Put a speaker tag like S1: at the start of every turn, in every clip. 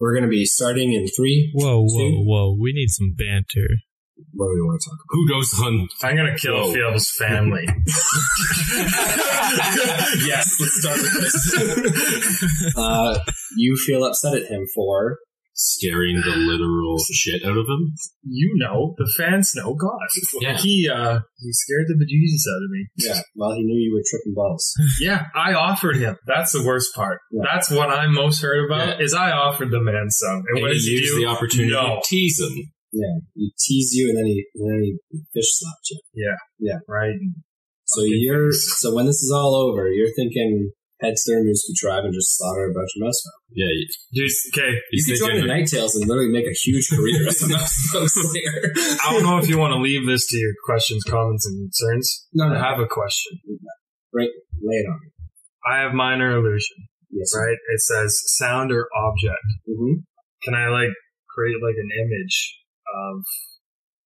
S1: We're going to be starting in three.
S2: Whoa, whoa,
S1: Two.
S2: whoa. We need some banter.
S1: What do we want to talk
S3: Who goes on?
S4: I'm gonna kill
S3: Whoa.
S4: Phil's family.
S3: yes, let's start with this.
S1: about? Uh, you feel upset at him for
S3: Scaring the literal shit out of him.
S4: you know, the fans know God.
S3: Yeah.
S4: He uh he scared the bejesus out of me.
S1: yeah. Well, he knew you were tripping balls.
S4: Yeah, I offered him. That's the worst part.
S1: Yeah.
S4: That's what I'm most hurt about
S3: Yeah.
S4: is I offered the man some. And,
S3: And
S4: what
S3: he
S4: does he
S3: used
S4: do?
S3: the opportunity
S4: No.
S3: to tease him.
S1: Yeah, he teased you and then he and then he fish slapped you.
S4: right.
S1: So
S4: Okay,
S1: you're
S4: thanks.
S1: so when this is all over, you're thinking head to the Rimouski tribe and just slaughter a bunch of mouse. men.
S3: Yeah, he-
S4: Dude, okay.
S3: he's
S1: you could join
S3: thinking,
S1: the Night Tails and literally make a huge career as a mouse slayer.
S4: I don't know if you want to leave this to your questions, comments, and concerns.
S1: No,
S4: I
S1: no,
S4: have a question.
S1: lay it on. me.
S4: I have minor illusion,
S1: Yes.
S4: right? It says sound or object.
S1: hmm
S4: Can I like create like an image of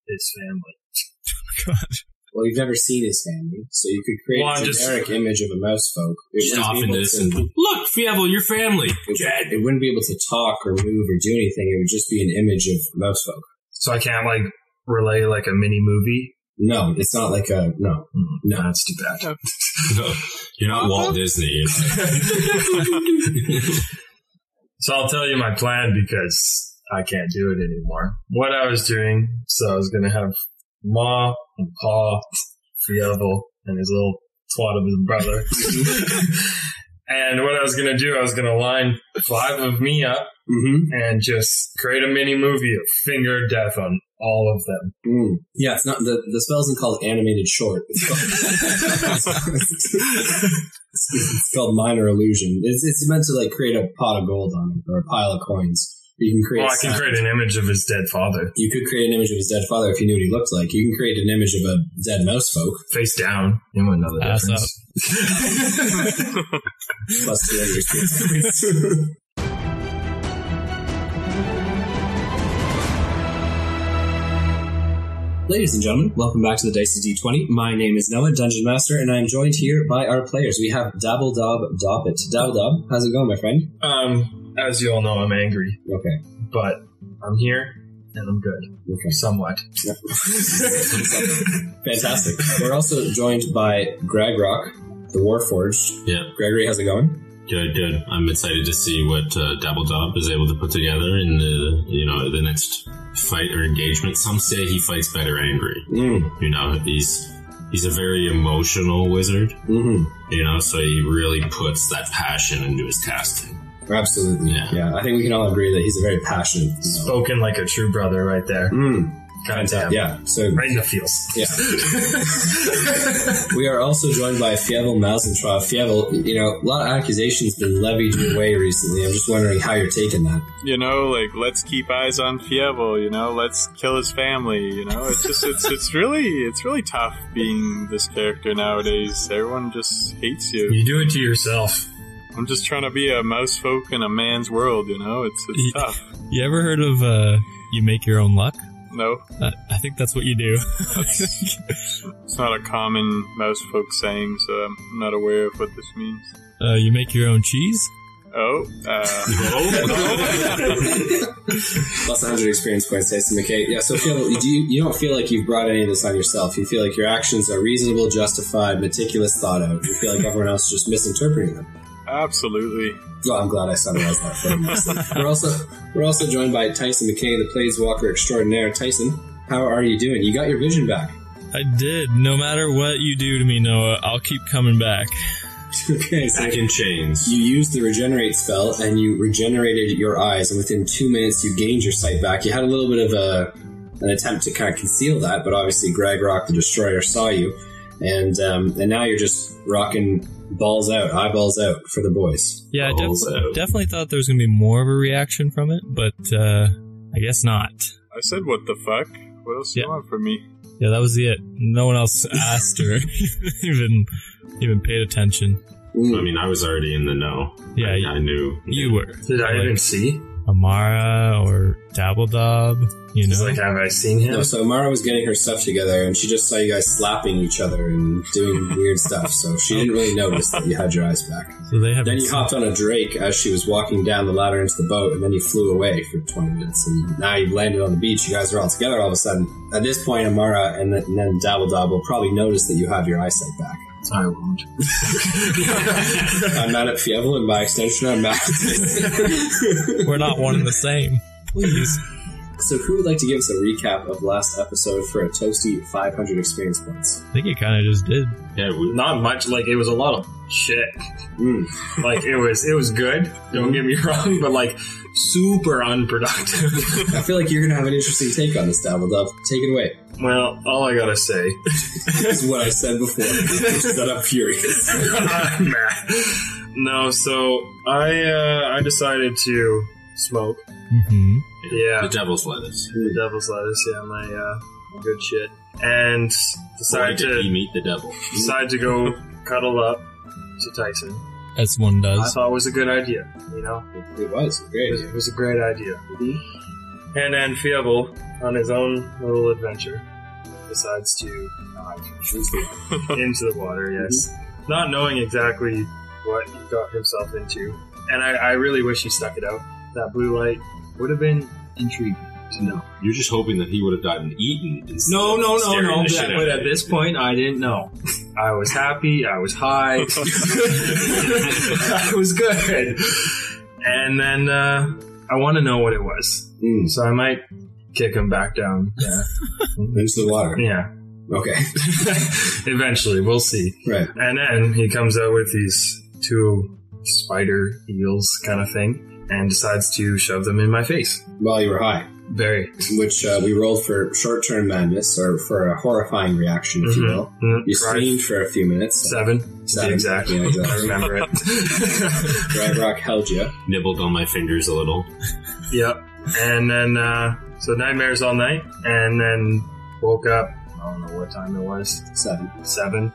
S4: his family?
S1: Well, you've never seen his family, so you could create
S4: Well,
S1: a
S4: I'm just-
S1: generic image of a mouse folk. It
S3: Just
S1: wouldn't be
S3: often
S1: able
S3: this
S1: to-
S3: and look, Fievel, your family.
S1: it, it wouldn't be able to talk or move or do anything. It would just be an image of mouse folk.
S4: So I can't like relay like a mini movie. Hmm,
S1: No, it's not like a no.
S4: No, that's too bad.
S3: No, you're not Walt Disney. You're like-
S4: So I'll tell you my plan because I can't do it anymore. What I was doing, so I was gonna have Ma and Pa, Fievel, and his little twat of his brother. and what I was gonna do, I was gonna line five of me up
S1: Mm-hmm.
S4: and just create a mini movie of finger death on all of them.
S1: Mm. Yeah, it's not the the spell isn't called animated short. It's called, it's called minor illusion. It's it's meant to like create a pot of gold on it or a pile of coins. You can create.
S4: Well, Oh, I can
S1: sound-
S4: create an image of his dead father,
S1: You could create an image of his dead father if you knew what he looked like. You can create an image of a dead mouse folk.
S4: face down. You wouldn't know the
S2: Ass
S4: difference.
S2: up.
S1: Plus two other experience points. Ladies and gentlemen, welcome back to the Dice of D20. My name is Noah, Dungeon Master, and I am joined here by our players. We have Dabble Dob Doppet. Dabble Dob, how's it going, my friend?
S4: Um, as you all know, I'm angry,
S1: Okay,
S4: but I'm here and I'm good,
S1: okay.
S4: somewhat.
S1: Fantastic. We're also joined by Greg Rock, the Warforged.
S3: Yeah.
S1: Gregory, how's it going?
S3: good, good. I'm excited to see what uh, Dabble Dob is able to put together in the you know the next fight or engagement. Some say he fights better angry.
S1: Mm,
S3: You know, he's he's a very emotional wizard.
S1: mm-hmm.
S3: You know, so he really puts that passion into his casting.
S1: Absolutely.
S3: Yeah.
S1: yeah. I think we can all agree that he's a very passionate. you know.
S4: Spoken like a true brother, right there.
S1: Mm.
S4: God damn.
S1: Yeah. So
S4: Right in the feels.
S1: Yeah. we are also joined by Fievel Mazentrov. Fievel, you know, a lot of accusations been levied your way recently. I'm just wondering how you're taking that.
S5: you know, like let's keep eyes on Fievel, you know, let's kill his family, you know. It's just it's it's really it's really tough being this character nowadays. Everyone just hates you.
S4: You do it to yourself.
S5: I'm just trying to be a mouse folk in a man's world, you know. It's it's
S2: Yeah.
S5: tough.
S2: You ever heard of, uh, you make your own luck?
S5: No,
S2: I, I think that's what you do.
S5: that's, it's not a common mouse folk saying, so I'm not aware of what this means.
S2: uh, you make your own cheese?
S5: Oh, uh,
S1: Plus 100 experience points, Tyson McKay. Yeah, so Fievel, do you, you don't feel like you've brought any of this on yourself. You feel like your actions are reasonable, justified, meticulous, thought out. You feel like everyone else is just misinterpreting them.
S5: absolutely.
S1: Well, I'm glad I summarized that for you. We're also, we're also joined by Tyson McKay, the Planeswalker extraordinaire. Tyson, how are you doing? You got your vision back.
S2: I did. No matter what you do to me, Noah, I'll keep coming back.
S1: okay, so
S3: Back in chains.
S1: You used the regenerate spell and you regenerated your eyes, and within two minutes you gained your sight back. You had a little bit of a an attempt to kind of conceal that, but obviously Greg Rock the Destroyer saw you, and um, and now you're just rocking balls out, eyeballs out for the boys.
S2: Yeah, I def-
S3: Balls out.
S2: definitely thought there was going to be more of a reaction from it, but, uh, I guess not.
S5: I said what the fuck? What else do
S2: Yeah.
S5: you want from me?
S2: Yeah, that was it. No one else asked or even, even paid attention.
S1: Mm.
S3: I mean, I was already in the know.
S2: Yeah,
S3: I,
S2: you,
S3: I knew.
S2: you were.
S4: Did I
S2: Like-
S4: even see?
S2: Amara or Dabbledob. You
S4: He's
S2: know,
S4: like, have I seen him?
S1: No, so Amara was getting her stuff together, and she just saw you guys slapping each other and doing weird stuff. So she didn't really notice that you had your eyes back.
S2: so they have.
S1: Then you hopped on a drake as she was walking down the ladder into the boat, and then you flew away for 20 minutes. And now you've landed on the beach. You guys are all together all of a sudden. At this point, Amara and then, and then Dabbledob will probably notice that you have your eyesight back.
S4: I won't.
S1: I'm not at Fievel, and by extension, I'm not.
S2: We're not one and the same. Please.
S1: so, who would like to give us a recap of last episode for a toasty 500 experience points?
S2: I think you kind of just did.
S3: Yeah, we,
S4: Not much. Like it was a lot of shit.
S1: Mm.
S4: Like it was, it was good. Don't get me wrong, but like super unproductive.
S1: I feel like you're going to have an interesting take on this, Dabbledob. Take it away.
S4: well, all I gotta say
S1: This is what I said before, which is that I'm furious.
S4: I'm mad. No, so I uh, I decided to smoke.
S2: Mm-hmm.
S4: Yeah.
S3: the devil's lettuce.
S4: The Devil's Lettuce, yeah, my uh, my good shit. And
S3: Why
S4: decided
S3: did he
S4: to
S3: meet the devil?
S4: decided to go cuddle up to Tyson.
S2: As one
S4: I
S2: does.
S4: thought it was a good idea, you know?
S1: It was
S4: It was,
S1: great.
S4: it was a great idea. And then Fievel, on his own little adventure, decides to dive into the water, yes. Not knowing exactly what he got himself into. And I, I really wish he stuck it out. That blue light would have been intriguing to know.
S3: You're just hoping that he would have gotten eaten. instead
S4: No,
S3: of
S4: no, no,
S3: staring
S4: no.
S3: the shit
S4: But,
S3: out
S4: but
S3: of
S4: at
S3: you.
S4: this point, I didn't know. I was happy. I was high. I was good. And then uh, I want to know what it was,
S1: Mm.
S4: so I might kick him back down. Yeah,
S1: Into the water.
S4: yeah.
S1: Okay,
S4: Eventually, we'll see.
S1: right.
S4: And then he comes out with these two spider eels kind of thing, and decides to shove them in my face.
S1: While you were high.
S4: Very.
S1: which uh, we rolled for short-term madness or for a horrifying reaction, if you
S4: Mhm.
S1: will.
S4: Mm,
S1: You
S4: cried.
S1: screamed for a few minutes.
S4: Seven. to
S1: Seven.
S4: be exact.
S1: Yeah, exactly.
S4: I remember it.
S1: Dry Rock held you.
S3: Nibbled on my fingers a little.
S4: Yep. And then, uh, so nightmares all night, and then woke up. I don't know what time it was,
S1: Seven.
S4: seven.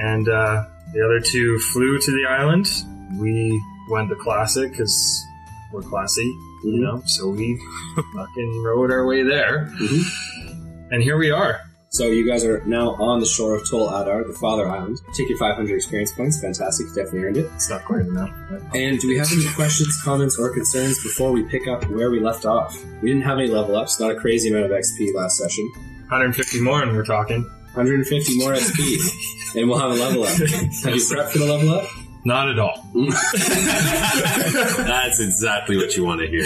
S4: And uh, the other two flew to the island. We went the classic because we're classy,
S1: Mm-hmm.
S4: you know. So we fucking rode our way there,
S1: Mhm.
S4: and here we are.
S1: So you guys are now on the shore of Tol Adar, the Father Island. Take your 500 experience points. Fantastic. You Definitely earned it.
S4: It's not quite enough. but-
S1: And do we have any questions, comments, or concerns before we pick up where we left off? We didn't have any level ups. Not a crazy amount of XP last session.
S4: 150 more, and we're talking.
S1: 150 more XP, and we'll have a level up. Have you prepped for the level up?
S4: Not at all.
S3: That's exactly what you want to hear.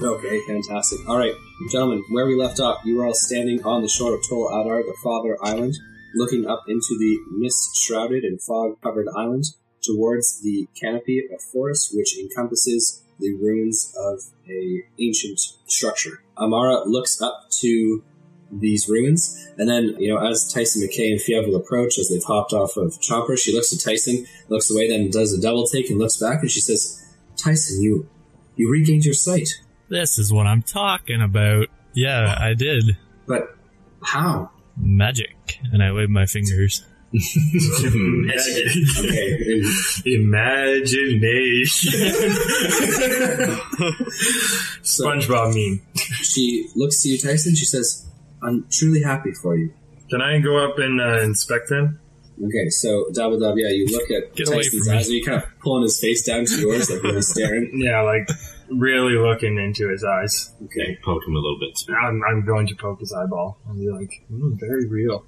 S1: Okay, fantastic. All right, gentlemen, where we left off, you were all standing on the shore of Tol Adar, the Father Island, looking up into the mist-shrouded and fog-covered island towards the canopy of forest which encompasses the ruins of a ancient structure. Amara looks up to these ruins, and then, you know, as Tyson McKay and Fievel approach, as they've hopped off of Chopper, she looks at Tyson, looks away, then does a double take and looks back, and she says, Tyson, you, you regained your sight.
S2: This is what I'm talking about. Yeah, I did.
S1: But how?
S2: Magic. And I waved my fingers.
S1: Okay.
S4: Imagination.
S1: so
S4: SpongeBob meme.
S1: she looks to you, Tyson. She says, I'm truly happy for you.
S4: Can I go up and uh, inspect them?
S1: Okay, so Dabble Dab, yeah, you look at
S2: Get away
S1: Tyson's
S2: from me.
S1: eyes and you're kind of pulling his face down to yours, like really staring.
S4: Yeah, like really looking into his eyes.
S1: Okay.
S3: Poke him a little bit. too.
S4: I'm, I'm going to poke his eyeball and be like, mm, very real.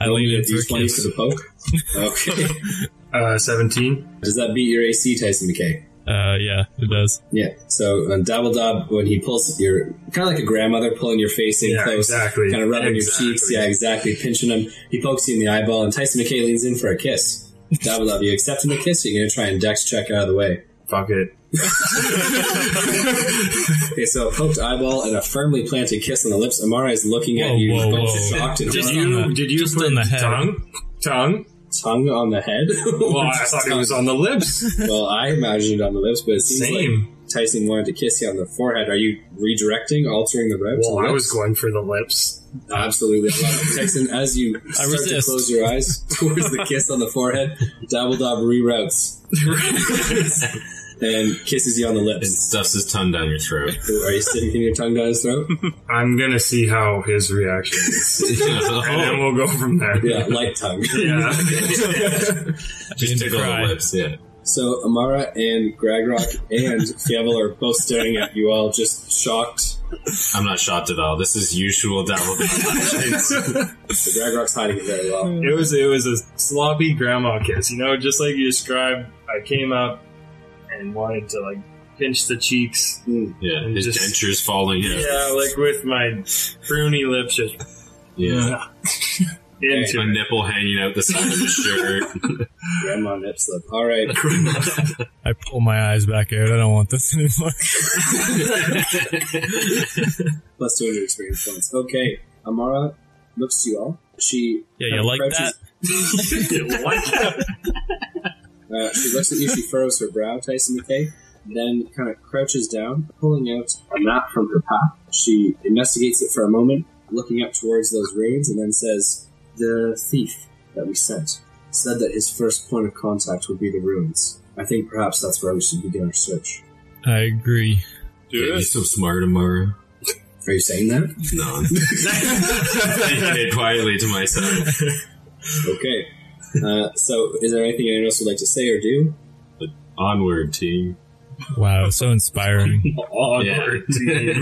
S2: I
S1: Roll me
S2: leaned
S1: a
S2: in for
S1: D20
S2: a kiss.
S1: for the poke. Okay.
S4: Uh, 17.
S1: Does that beat your AC, Tyson McKay?
S2: Uh, yeah, it does.
S1: Yeah. So on Dabbledob, when he pulls your kind of like a grandmother pulling your face in
S4: Yeah,
S1: close,
S4: exactly.
S1: kind of rubbing
S4: Exactly.
S1: your cheeks. Yeah, exactly. Pinching him. He pokes you in the eyeball, and Tyson McKay leans in for a kiss. Dabbledob, you accepting the kiss? Or you're gonna try and dex check out of the way.
S4: Fuck it.
S1: Okay, so a poked eyeball and a firmly planted kiss on the lips. Amara is looking at
S2: Whoa,
S1: you,
S2: whoa,
S1: both
S2: whoa.
S1: shocked and
S2: Just
S1: horrified.
S2: you- on the-
S4: did you
S2: just
S4: put
S2: on the head.
S4: tongue? Tongue?
S1: tongue on the head.
S4: Well, I thought it was on the lips.
S1: Well, I imagined it on the lips, but it seems
S4: Same.
S1: like Tyson wanted to kiss you on the forehead. Are you redirecting, altering the route? to the
S4: Well, I
S1: lips?
S4: was going for the lips.
S1: Absolutely. I love it. Texan, as you start to
S2: resist.
S1: close your eyes towards the kiss on the forehead, Dabbledob reroutes. and kisses you on the
S3: It
S1: lips.
S3: stuffs his tongue down your throat.
S1: Are you sticking your tongue down his throat?
S4: I'm gonna see how his reaction is, and then we'll go from there.
S1: Yeah, light tongue.
S4: Yeah.
S3: Just tickle
S2: Cry.
S3: the lips, yeah.
S1: So Amara and Gragrock and Fievel are both staring at you all, just shocked.
S3: I'm not shocked at all. This is usual devil.
S1: So Gragrock's hiding it very well.
S4: It was it was a sloppy grandma kiss, you know, just like you described. I came up and wanted to like pinch the cheeks.
S3: yeah, his
S4: Just-
S3: dentures falling. Yeah.
S4: Yeah, like with my pruny lips just
S3: yeah.
S4: into
S3: My nipple hanging out the side of his shirt.
S1: Grandma nip slip. All right,
S2: I pull my eyes back out. I don't want this anymore.
S1: plus 200 experience points. Okay, Amara looks to you all. She
S2: Yeah,
S1: kind
S2: you
S1: of
S2: like
S1: crouches-
S2: that?
S4: it.
S1: Uh, she looks at you, she furrows her brow, Tyson McKay, then kind of crouches down, pulling out a map from her pack. She investigates it for a moment, looking up towards those ruins, and then says, The thief that we sent said that his first point of contact would be the ruins. I think perhaps that's where we should begin our search.
S2: I agree.
S5: Do
S3: Yeah,
S5: it.
S3: he's so smart, Amara.
S1: Are you saying that?
S3: No. I'm thinking it quietly to myself.
S1: okay. Uh, so, is there anything anyone else would like to say or do?
S3: Onward, team.
S2: Wow, so inspiring.
S4: Awkward. dude.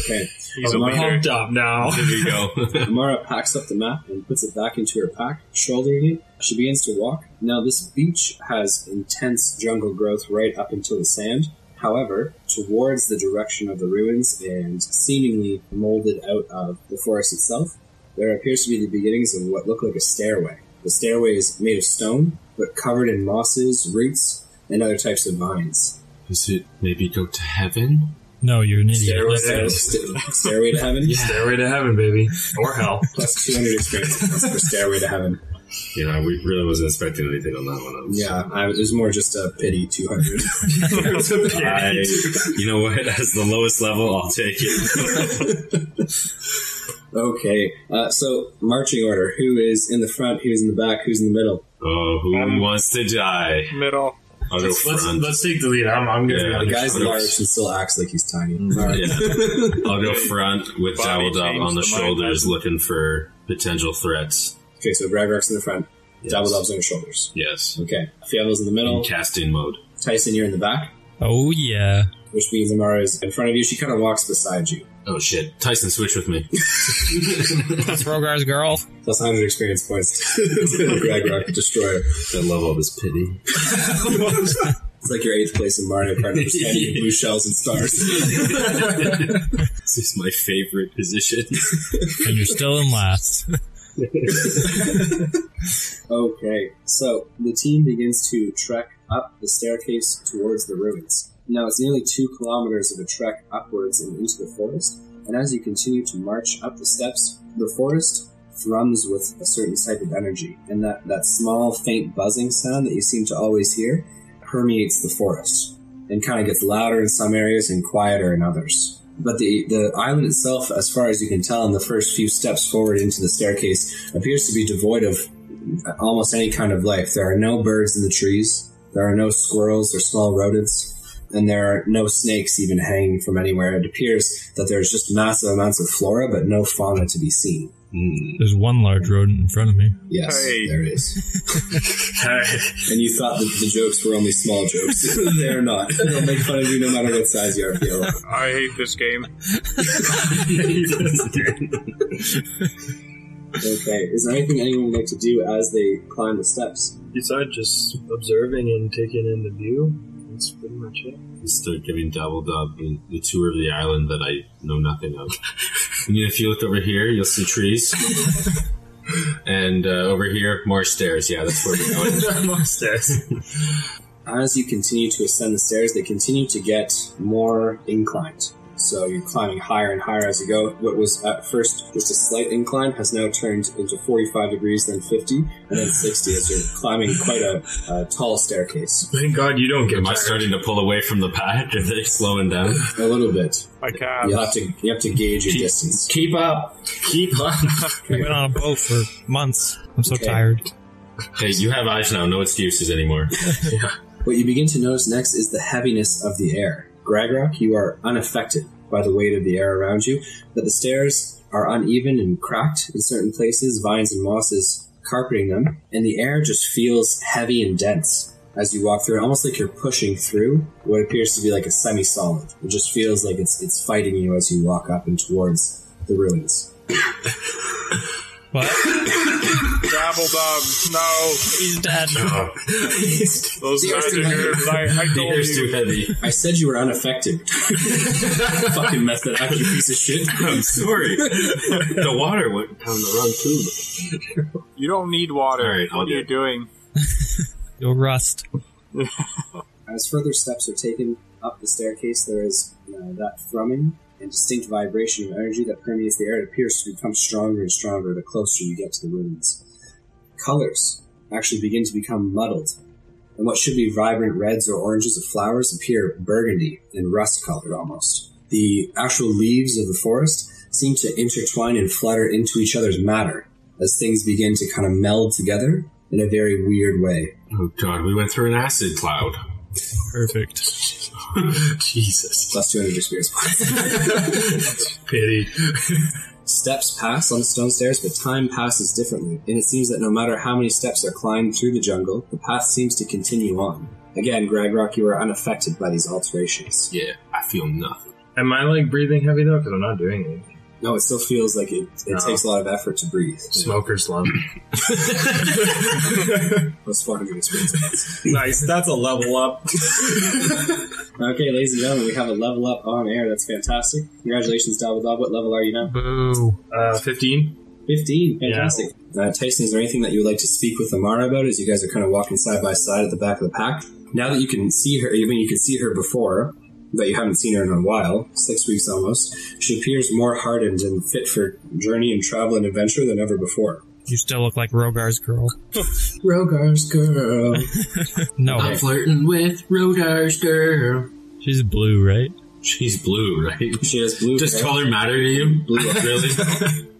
S1: Okay.
S4: He's
S1: Oh, my-
S4: pumped up now.
S3: There we go.
S1: Amara packs up the map and puts it back into her pack, shouldering it. She begins to walk. Now, this beach has intense jungle growth right up until the sand. However, towards the direction of the ruins and seemingly molded out of the forest itself, there appears to be the beginnings of what look like a stairway. The stairway is made of stone, but covered in mosses, roots, and other types of vines.
S3: Does it maybe go to heaven?
S2: No, you're an idiot.
S1: Stairway,
S4: Yeah.
S1: stairway, stairway to heaven?
S4: Stairway to heaven, baby, or hell.
S1: Plus 200 experience points for stairway to heaven.
S3: Yeah, we really wasn't expecting anything on that one. I was-
S1: Yeah, I, it was more just a pity 200.
S3: I, you know what? As the lowest level, I'll take it.
S1: okay, uh, so marching order. Who is in the front? Who's in the back? Who's in the middle?
S3: oh, who
S5: Um,
S3: wants to die?
S5: Middle.
S3: I'll go
S4: Let's, let's,
S3: front.
S4: let's take the lead. I'm, I'm gonna.
S3: Yeah.
S1: The guy's
S3: Sort of.
S1: large and still acts like he's tiny. All right.
S3: Mm-hmm. Yeah. I'll go front with
S5: Body
S3: Dowel Dub
S5: changed
S3: on the,
S5: the mind
S3: shoulders looking for potential threats.
S1: Okay, so Bragark's in the front.
S3: Yes.
S1: Double Doubledub's on your shoulders.
S3: Yes.
S1: Okay, Fievel's in the middle.
S3: In casting mode.
S1: Tyson, you're in the back,
S2: Oh yeah.
S1: which means Amara is in front of you. She kind of walks beside you.
S3: Oh shit. Tyson, switch with me.
S2: That's Rogar's girl.
S1: Plus 100 experience points to Bragark Destroyer.
S3: I love all this pity.
S1: It's like your eighth place in Mario Kart, understanding your blue shells and stars.
S3: This is my favorite position.
S2: And you're still in last.
S1: Okay, so the team begins to trek up the staircase towards the ruins. Now it's nearly two kilometers of a trek upwards and into the forest, and as you continue to march up the steps, the forest thrums with a certain type of energy, and that, that small, faint buzzing sound that you seem to always hear permeates the forest and kind of gets louder in some areas and quieter in others. But the, the island itself, as far as you can tell in the first few steps forward into the staircase, appears to be devoid of almost any kind of life. There are no birds in the trees. There are no squirrels or small rodents. And there are no snakes even hanging from anywhere. It appears that there's just massive amounts of flora, but no fauna to be seen.
S3: Hmm.
S2: There's one large rodent in front of me.
S1: Yes,
S5: Hey.
S1: there is.
S4: Alright.
S1: And you thought that the jokes were only small jokes. They're not. They'll make fun of you no matter what size you are, Fiona.
S5: I hate this game.
S1: Okay, is there anything anyone would like to do as they climb the steps?
S4: Besides just observing and taking in the view, that's pretty much it.
S3: start giving Double Dub the, the tour of the island that I know nothing of. I mean, if you look over here, you'll see trees. and uh, over here, more stairs. Yeah, that's where we're going.
S1: As you continue to ascend the stairs, they continue to get more inclined. So you're climbing higher and higher as you go. What was at first just a slight incline has now turned into 45 degrees, then 50, and then 60 as you're climbing quite a, uh tall staircase.
S4: Thank God you don't get
S3: Am I
S4: tired.
S3: starting to pull away from the pack? Are they slowing down?
S1: A little bit.
S5: My calves.
S1: You have to you have to gauge your distance.
S3: Keep up! Keep up!
S2: I've been on a boat for months. I'm so
S1: Okay.
S2: tired.
S3: hey, you have eyes now. No excuses anymore.
S1: What you begin to notice next is the heaviness of the air. Gragrock, you are unaffected by the weight of the air around you, but the stairs are uneven and cracked in certain places, vines and mosses carpeting them, and the air just feels heavy and dense as you walk through it, almost like you're pushing through what appears to be like a semi-solid. It just feels like it's it's fighting you as you walk up and towards the ruins.
S2: What?
S5: Dabbledub, no.
S2: He's dead.
S5: Those
S1: The earth
S5: magic
S1: is-
S5: herbs, I, I
S3: The
S5: told
S3: air's
S5: you.
S3: too heavy.
S1: I said you were unaffected. Fucking messed that up, you piece of shit.
S3: I'm sorry. the water went down the wrong tube.
S5: You don't need water.
S3: All right, I'll
S5: what are
S3: do
S5: you
S3: it.
S5: doing?
S2: You'll rust.
S1: As further steps are taken up the staircase, there is uh, that thrumming and distinct vibration of energy that permeates the air. It appears to become stronger and stronger the closer you get to the ruins. Colors actually begin to become muddled, and what should be vibrant reds or oranges of flowers appear burgundy and rust colored almost. The actual leaves of the forest seem to intertwine and flutter into each other's matter as things begin to kind of meld together in a very weird way.
S3: Oh god, we went through an acid cloud.
S2: Perfect.
S3: Jesus.
S1: Plus 200 experience points.
S3: Pity.
S1: Steps pass on stone stairs, but time passes differently, and it seems that no matter how many steps are climbed through the jungle, the path seems to continue on. Again, Gragrock, you are unaffected by these alterations.
S3: Yeah, I feel nothing.
S4: Am I like breathing heavy though? Because I'm not doing anything.
S1: No, it still feels like it, it
S4: No.
S1: takes a lot of effort to breathe.
S4: Smoker slump.
S1: Plus 400 experience points.
S4: nice. That's a level up.
S1: okay, ladies and gentlemen, we have a level up on air. That's fantastic. Congratulations, Double Dog. What level are you now?
S2: Boo.
S4: Uh, 15.
S1: 15.
S4: Yeah.
S1: Fantastic. Uh, Tyson, is there anything that you would like to speak with Amara about as you guys are kind of walking side by side at the back of the pack? Now that you can see her, I mean, you can see her before, but you haven't seen her in a while, six weeks almost, she appears more hardened and fit for journey and travel and adventure than ever before.
S2: You still look like Rogar's girl.
S1: Rogar's girl.
S2: No,
S3: flirting with Rodar's girl.
S2: she's blue, right?
S3: She's blue, right?
S1: she has blue
S3: Does
S1: hair.
S3: color matter to you?
S1: Blue.
S3: really?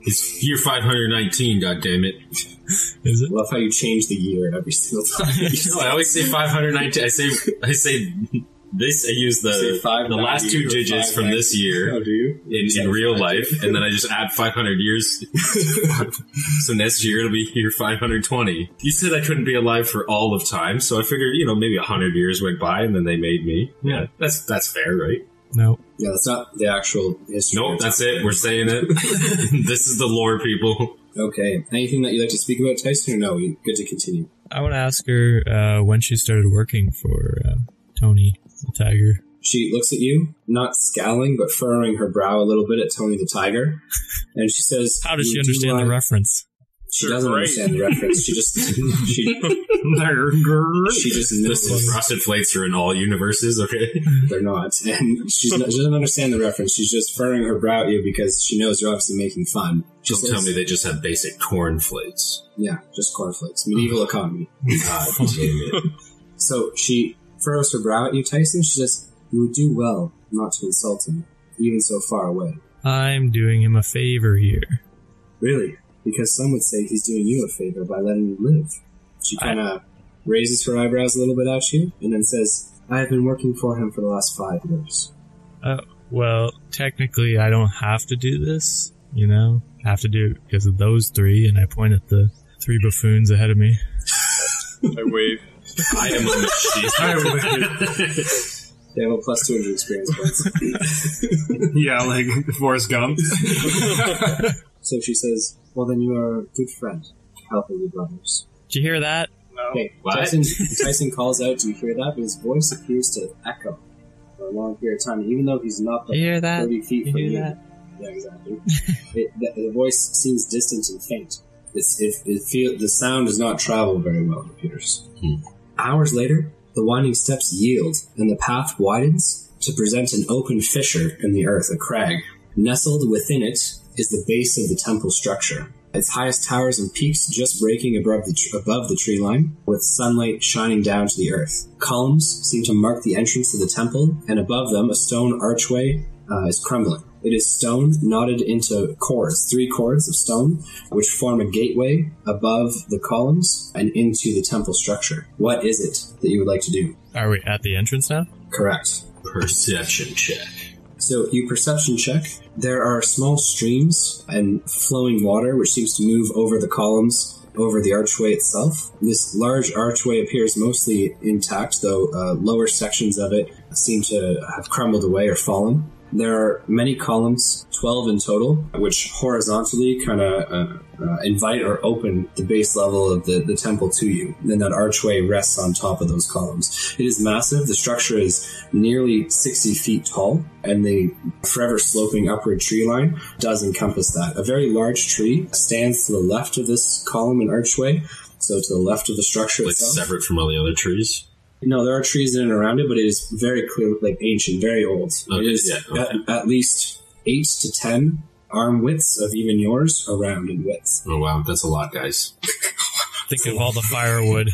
S3: It's year 519, goddammit.
S2: Is it?
S1: I love how you change the year every single time.
S3: No, I always say 519. I say, I say this, I use the,
S1: You say
S3: the
S1: 590
S3: last two
S1: or
S3: digits from
S1: 590.
S3: this year
S1: Oh, do you?
S3: in, in real life, and then I just add 500 years. so next year it'll be year 520. You said I couldn't be alive for all of time, so I figured, you know, maybe 100 years went by and then they made me. Yeah, that's, that's fair, right?
S2: No.
S1: Yeah, that's not the actual history.
S3: Nope, that's it. We're saying it. this is the lore, people.
S1: Okay. Anything that you'd like to speak about, Tyson, or no? We good to continue.
S2: I want to ask her uh, when she started working for uh, Tony the Tiger.
S1: She looks at you, not scowling, but furrowing her brow a little bit at Tony the Tiger, and she says,
S2: How does
S1: "You
S2: she
S1: do
S2: understand the
S1: like-"
S2: reference?
S1: She doesn't
S5: Right.
S1: understand the reference. She just she she just
S3: Well,
S1: knows
S3: Frosted Flakes are in all universes, okay?
S1: they're not, and she's not, she doesn't understand the reference. She's just furrowing her brow at you because she knows you're obviously making fun. She
S3: Just
S1: says,
S3: tell me they just have basic corn flakes.
S1: "Yeah, just cornflakes, medieval economy."
S3: God damn it.
S1: So she furrows her brow at you, Tyson. She says, "You would do well not to insult him, even so far away."
S2: I'm doing him a favor here.
S1: Really? Because some would say he's doing you a favor by letting you live. She
S2: I-
S1: kind of raises her eyebrows a little bit at you and then says, I have been working for him for the last five years.
S2: Well, technically, I don't have to do this, you know? I have to do it because of those three, and I point at the three buffoons ahead of me.
S5: I wave.
S3: I am a machine.
S1: They have a plus 200 experience points.
S4: yeah, like Forrest Gump.
S1: so she says, Well, then you are a good friend, helping your brothers.
S2: Did you hear that?
S1: Okay,
S3: What?
S1: Tyson, Tyson calls out, Do you hear that? But his voice appears to echo for a long period of time, even though he's not
S2: You
S1: the
S2: hear that?
S1: 30 feet
S2: You
S1: from
S2: hear
S1: you.
S2: that?
S1: Yeah, exactly. it, the, the voice seems distant and faint. It's, it, it feel, the sound does not travel very well, it appears.
S3: Hmm.
S1: Hours later, the winding steps yield, and the path widens to present an open fissure in the earth, a crag. Nestled within it is the base of the temple structure. Its highest towers and peaks just breaking above the, tr- above the tree line, with sunlight shining down to the earth. Columns seem to mark the entrance to the temple, and above them, a stone archway uh, is crumbling. It is stone knotted into cords, three cords of stone, which form a gateway above the columns and into the temple structure. What is it that you would like to do?
S2: Are we at the entrance now?
S1: Correct.
S3: Perception check.
S1: So you perception check. There are small streams and flowing water which seems to move over the columns, over the archway itself. This large archway appears mostly intact, though uh, lower sections of it seem to have crumbled away or fallen. There are many columns, 12 in total, which horizontally kind of uh, uh, invite or open the base level of the, the temple to you. Then that archway rests on top of those columns. It is massive. The structure is nearly 60 feet tall, and the forever sloping upward tree line does encompass that. A very large tree stands to the left of this column and archway, so to the left of the structure
S3: Like
S1: itself.
S3: separate from all the other trees.
S1: No, there are trees in and around it, but it is very clear, like ancient, very old.
S3: Okay,
S1: it is
S3: yeah, okay.
S1: at, at least eight to ten arm widths of even yours around in width.
S3: Oh wow, that's a lot, guys.
S2: Think of all the firewood.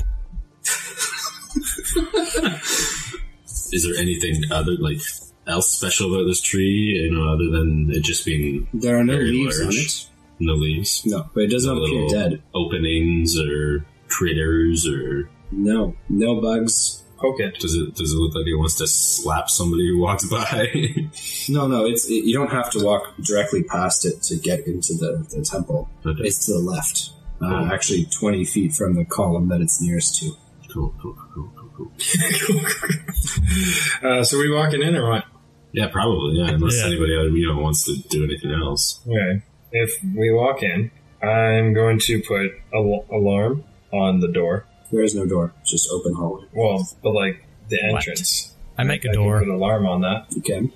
S3: Is there anything other like else special about this tree? You know, other than it just being
S1: There are no
S3: Very
S1: leaves on
S3: large.
S1: it.
S3: no leaves,
S1: No, but it does not appear
S3: little
S1: dead.
S3: openings or critters, or
S1: No, no bugs.
S4: Poke it.
S3: does it does it look like it wants to slap somebody who walks by?
S1: No, no, it's it, you don't have to walk directly past it to get into the, the temple.
S3: okay,
S1: It's to the left, uh,
S3: Cool.
S1: actually twenty feet from the column that it's nearest to.
S3: cool, cool, cool, cool, cool.
S4: Uh, so we walking in or what?
S3: Yeah, probably. Yeah, unless
S2: Yeah.
S3: anybody out you know wants to do anything else.
S4: Okay. If we walk in, I'm going to put al- alarm on the door.
S1: There is no door, it's just open hallway.
S4: Well, but like the
S2: What?
S4: entrance.
S2: I make a
S4: I
S2: door.
S4: Can put alarm on that.
S1: You can.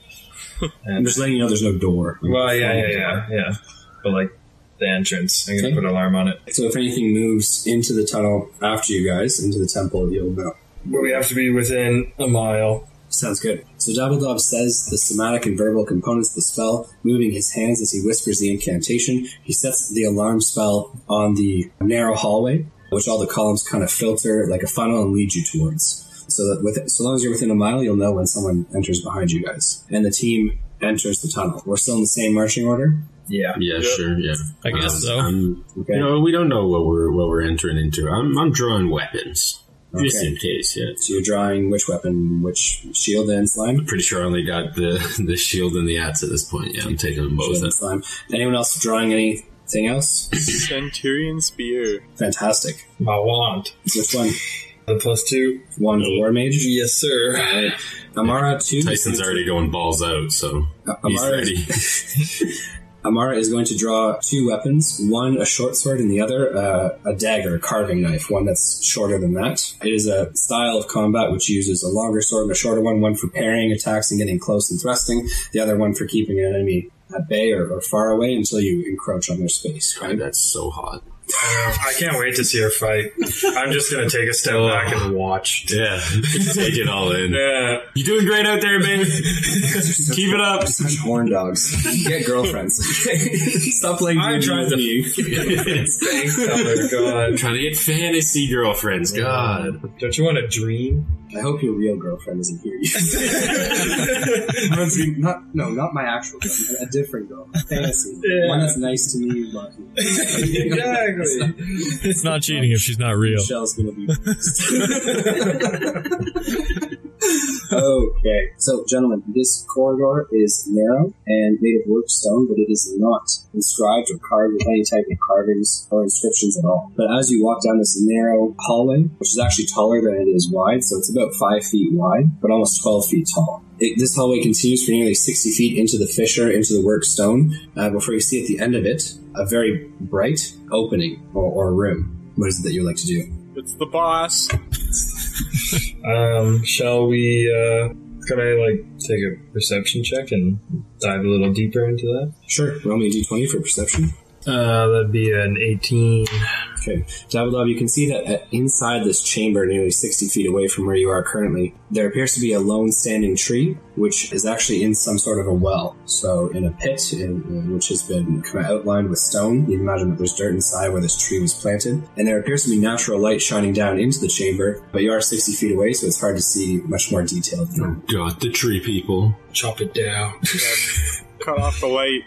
S1: I'm
S4: And,
S1: just letting you know there's no door.
S4: well, yeah, yeah, yeah, yeah. But like the entrance, I'm gonna
S1: Okay.
S4: put alarm on it.
S1: So if anything moves into the tunnel after you guys, into the temple, you'll know.
S4: But we have to be within a mile.
S1: Sounds good. So Dabbledob says the somatic and verbal components of the spell, moving his hands as he whispers the incantation. He sets the alarm spell on the narrow hallway, which all the columns kind of filter like a funnel and lead you towards. So that with, so long as you're within a mile, you'll know when someone enters behind you guys. And the team enters the tunnel. We're still in the same marching order.
S4: Yeah.
S3: Yeah, sure. Yeah,
S2: I guess
S3: Um,
S2: so.
S3: I'm-
S1: Okay.
S3: You know, we don't know what we're what we're entering into. I'm I'm drawing weapons just
S1: Okay.
S3: in case. Yeah,
S1: So you're drawing which weapon, which shield and slime.
S3: pretty sure I only got the the shield and the axe at this point. Yeah, I'm taking them both.
S1: Shield and slime. Anyone else drawing anything else?
S5: Centurion spear.
S1: Fantastic.
S4: My wand.
S1: Which one?
S4: The plus two.
S1: One for War Mage.
S4: Yes, sir.
S1: Alright. Amara two.
S3: Tyson's already going balls out, so
S1: Uh,
S3: he's
S1: Amara,
S3: ready.
S1: Amara is going to draw two weapons: one a short sword, and the other uh, a dagger, a carving knife. One that's shorter than that. It is a style of combat which uses a longer sword and a shorter one. One for parrying attacks and getting close and thrusting. The other one for keeping an enemy at bay or, or far away until you encroach on their space.
S3: God,
S1: Right?
S3: that's so hot.
S4: Uh, I can't wait to see her fight. I'm just gonna take a step back and watch.
S3: Yeah, take it all in.
S4: Yeah.
S3: You doing great out there, babe. Keep it up.
S1: Such horn dogs. Get girlfriends. Stop playing.
S4: I
S1: D&D
S4: tried
S1: with
S4: to-
S1: me.
S4: Thanks, Tyler.
S3: I'm
S4: Oh, God.
S3: trying to get fantasy girlfriends. God,
S4: Don't you want a dream?
S1: I hope your real girlfriend doesn't hear you. Not dream- not, no, not my actual girlfriend, a different girl. Fantasy.
S4: Yeah.
S1: One that's nice to me, but
S4: Exactly.
S2: It's not cheating if she's not real.
S1: Michelle's gonna be Okay. So, gentlemen, this corridor is narrow and made of worked stone, but it is not inscribed or carved with any type of carvings or inscriptions at all. But as you walk down this narrow hallway, which is actually taller than it is wide, so it's about five feet wide, but almost 12 feet tall. It, this hallway continues for nearly 60 feet into the fissure, into the work stone, uh, before you see at the end of it a very bright opening or, or room. What is it that you would like to do?
S5: It's the boss.
S4: Um, shall we, uh, can I, like, take a perception check and dive a little deeper into that?
S1: Sure, roll me a d20 for perception.
S4: Uh, that'd be an 18.
S1: Okay, Davidoff, you can see that uh, inside this chamber, nearly 60 feet away from where you are currently, there appears to be a lone standing tree, which is actually in some sort of a well. So, in a pit, in, in- which has been kind of outlined with stone, you can imagine that there's dirt inside where this tree was planted. And there appears to be natural light shining down into the chamber, but you are 60 feet away, so it's hard to see much more detail than that.
S3: Oh, God, the tree people.
S4: Chop it down.
S5: Cut off the light.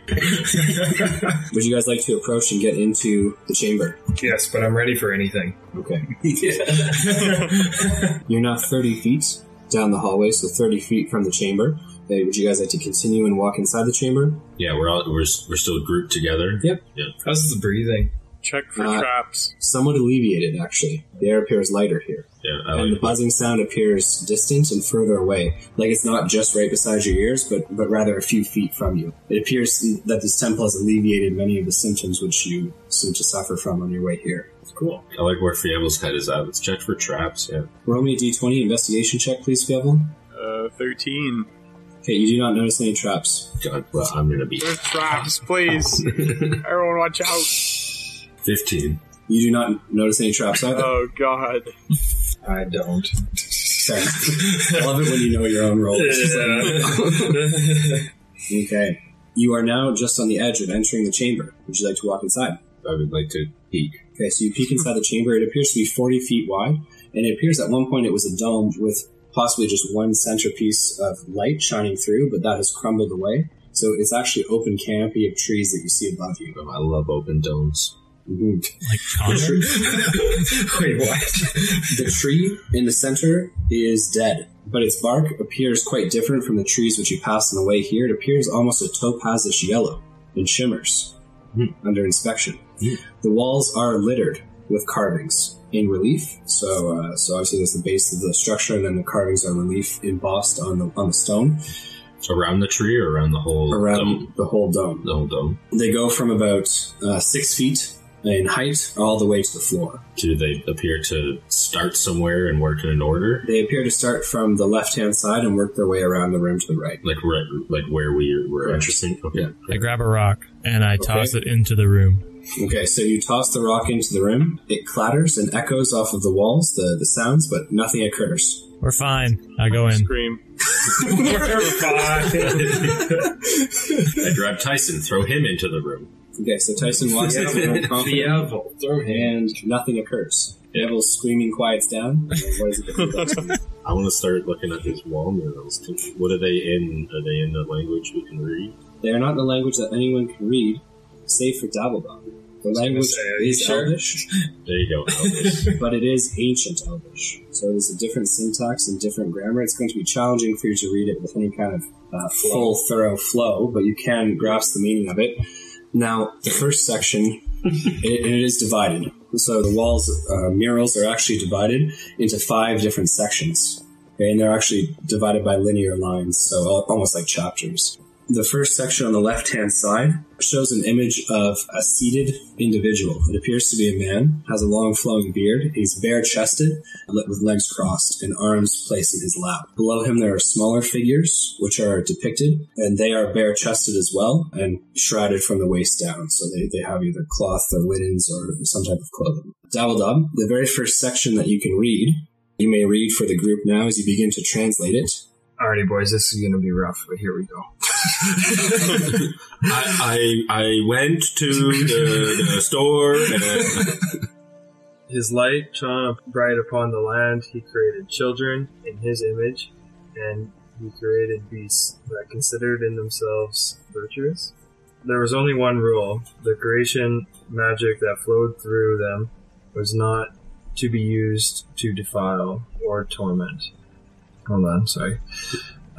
S1: Would you guys like to approach and get into the chamber?
S4: Yes, but I'm ready for anything.
S1: Okay. You're now 30 feet down the hallway, so 30 feet from the chamber. Uh, would you guys like to continue and walk inside the chamber?
S3: Yeah, we're all we're, s- we're still grouped together.
S1: Yep.
S4: How's the breathing?
S5: Check for
S1: Uh,
S5: traps.
S1: Somewhat alleviated, actually. The air appears lighter here.
S3: Yeah, I
S1: And the
S3: like
S1: buzzing sound appears distant and further away. Like it's not just right beside your ears, but, but rather a few feet from you. It appears that this temple has alleviated many of the symptoms which you seem to suffer from on your way here. Cool.
S3: I like where Fievel's head is at. Let's check for traps. Yeah.
S1: Roll me a d20 investigation check, please, Fievel.
S5: Uh, 13.
S1: Okay, you do not notice any traps.
S3: God, well, I'm gonna be
S5: There's traps, please. Everyone watch out.
S3: fifteen.
S1: You do not notice any traps either.
S5: Oh, God.
S4: I don't.
S1: Sorry. I love it when you know your own role. okay. You are now just on the edge of entering the chamber. Would you like to walk inside?
S3: I would like to peek.
S1: Okay, so you peek inside the chamber. It appears to be 40 feet wide, and it appears at one point it was a dome with possibly just one centerpiece of light shining through, but that has crumbled away. So it's actually open canopy of trees that you see above you.
S3: Oh, I love open domes.
S1: Mm-hmm.
S2: Conjuring?
S4: Wait, what?
S1: The tree in the center is dead, but its bark appears quite different from the trees which you pass on the way here. It appears almost a topazish yellow and shimmers under inspection.
S3: Hmm.
S1: The walls are littered with carvings in relief. So, uh, so obviously there's the base of the structure, and then the carvings are relief embossed on the on the stone
S3: Around the tree or around the whole
S1: around
S3: dome?
S1: the whole dome.
S3: The whole dome.
S1: They go from about uh, six feet in height all the way to the floor.
S3: Do they appear to start somewhere and work in an order?
S1: They appear to start from the left hand side and work their way around the room to the right.
S3: Like right, like where we were
S1: Right.
S3: interesting. Okay.
S2: I grab a rock and I toss it into the room.
S1: Okay, so you toss the rock into the room. It clatters and echoes off of the walls, the, the sounds, but nothing occurs.
S2: We're fine. I go in.
S5: Scream.
S3: I grab Tyson, throw him into the room.
S1: Okay, so Tyson walks into the room confident,
S4: Fievel. Throw
S1: and nothing occurs. Devil's screaming quiets down. and what is it that they got to do?
S3: I want to start looking at these wall murals. too. What are they in? Are they in the language we can read?
S1: They are not in the language that anyone can read, save for Dabbledon. The language
S4: say, are you
S1: is
S4: sure?
S1: Elvish,
S3: There you go. Elvis.
S1: but it is ancient Elvish. So it is a different syntax and different grammar. It's going to be challenging for you to read it with any kind of uh, full, thorough flow, but you can grasp the meaning of it. Now, the first section, it, it is divided. So the walls, uh, murals are actually divided into five different sections. Okay, and they're actually divided by linear lines, so al- almost like chapters. The first section on the left hand side shows an image of a seated individual. It appears to be a man, has a long flowing beard, he's bare chested, with legs crossed, and arms placed in his lap. Below him, there are smaller figures, which are depicted, and they are bare chested as well, and shrouded from the waist down. So they, they have either cloth or linens or some type of clothing. Dabbledub, the very first section that you can read, you may read for the group now as you begin to translate it.
S4: Alrighty, boys, this is gonna be rough, but here we go.
S3: I, I I went to the, the store. And,
S4: His light shone bright upon the land. He created children in his image, and he created beasts that considered in themselves virtuous. There was only one rule the creation magic that flowed through them was not to be used to defile or torment. Hold on, sorry.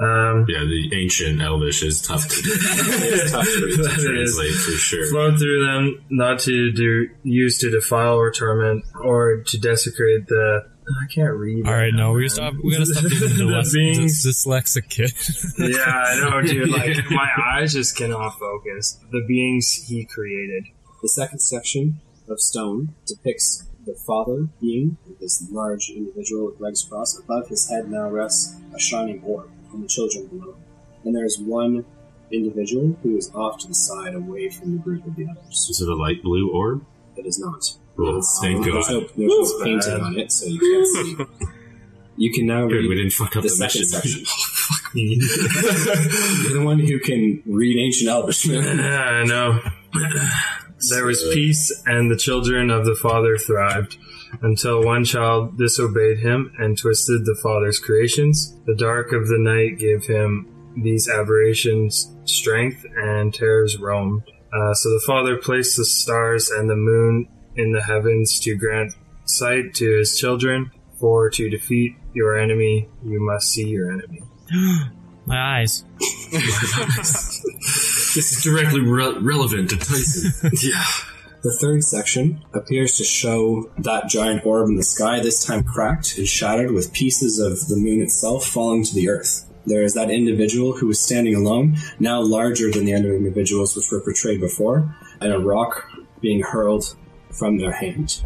S4: Um,
S3: yeah, the ancient Elvish is tough to, it's tough to
S4: That is-
S3: translate for sure.
S4: flow through them, not to do use to defile or torment or to desecrate the. I can't read.
S2: All right, no, we gotta stop. We gotta stop being
S4: The
S2: dys-
S4: beings-
S2: dyslexic kid.
S4: yeah, I know, dude. Like my eyes just cannot focus. The beings he created.
S1: The second section of stone depicts the father being this large individual with legs crossed. Above his head now rests a shining orb, and the children below. And there is one individual who is off to the side away from the group of the others.
S3: Is it a light blue orb?
S1: That is not. Um,
S3: Well, thank
S1: There's
S3: God.
S1: no, there's no painting on it, so you can't see. You can now
S3: Good, we
S1: read
S3: didn't fuck up
S1: the
S3: the,
S1: second section.
S3: mission.
S1: You're the one who can read ancient Elvish, man.
S4: I know. There was peace, and the children of the father thrived, until one child disobeyed him and twisted the father's creations. The dark of the night gave him these aberrations strength, and terrors roamed. Uh, so the father placed the stars and the moon in the heavens to grant sight to his children. For to defeat your enemy, you must see your enemy.
S2: My eyes.
S3: This is directly re- relevant to Tyson. yeah.
S1: The third section appears to show that giant orb in the sky, this time cracked and shattered with pieces of the moon itself falling to the earth. There is that individual who was standing alone, now larger than the other individuals which were portrayed before, and a rock being hurled from their hand.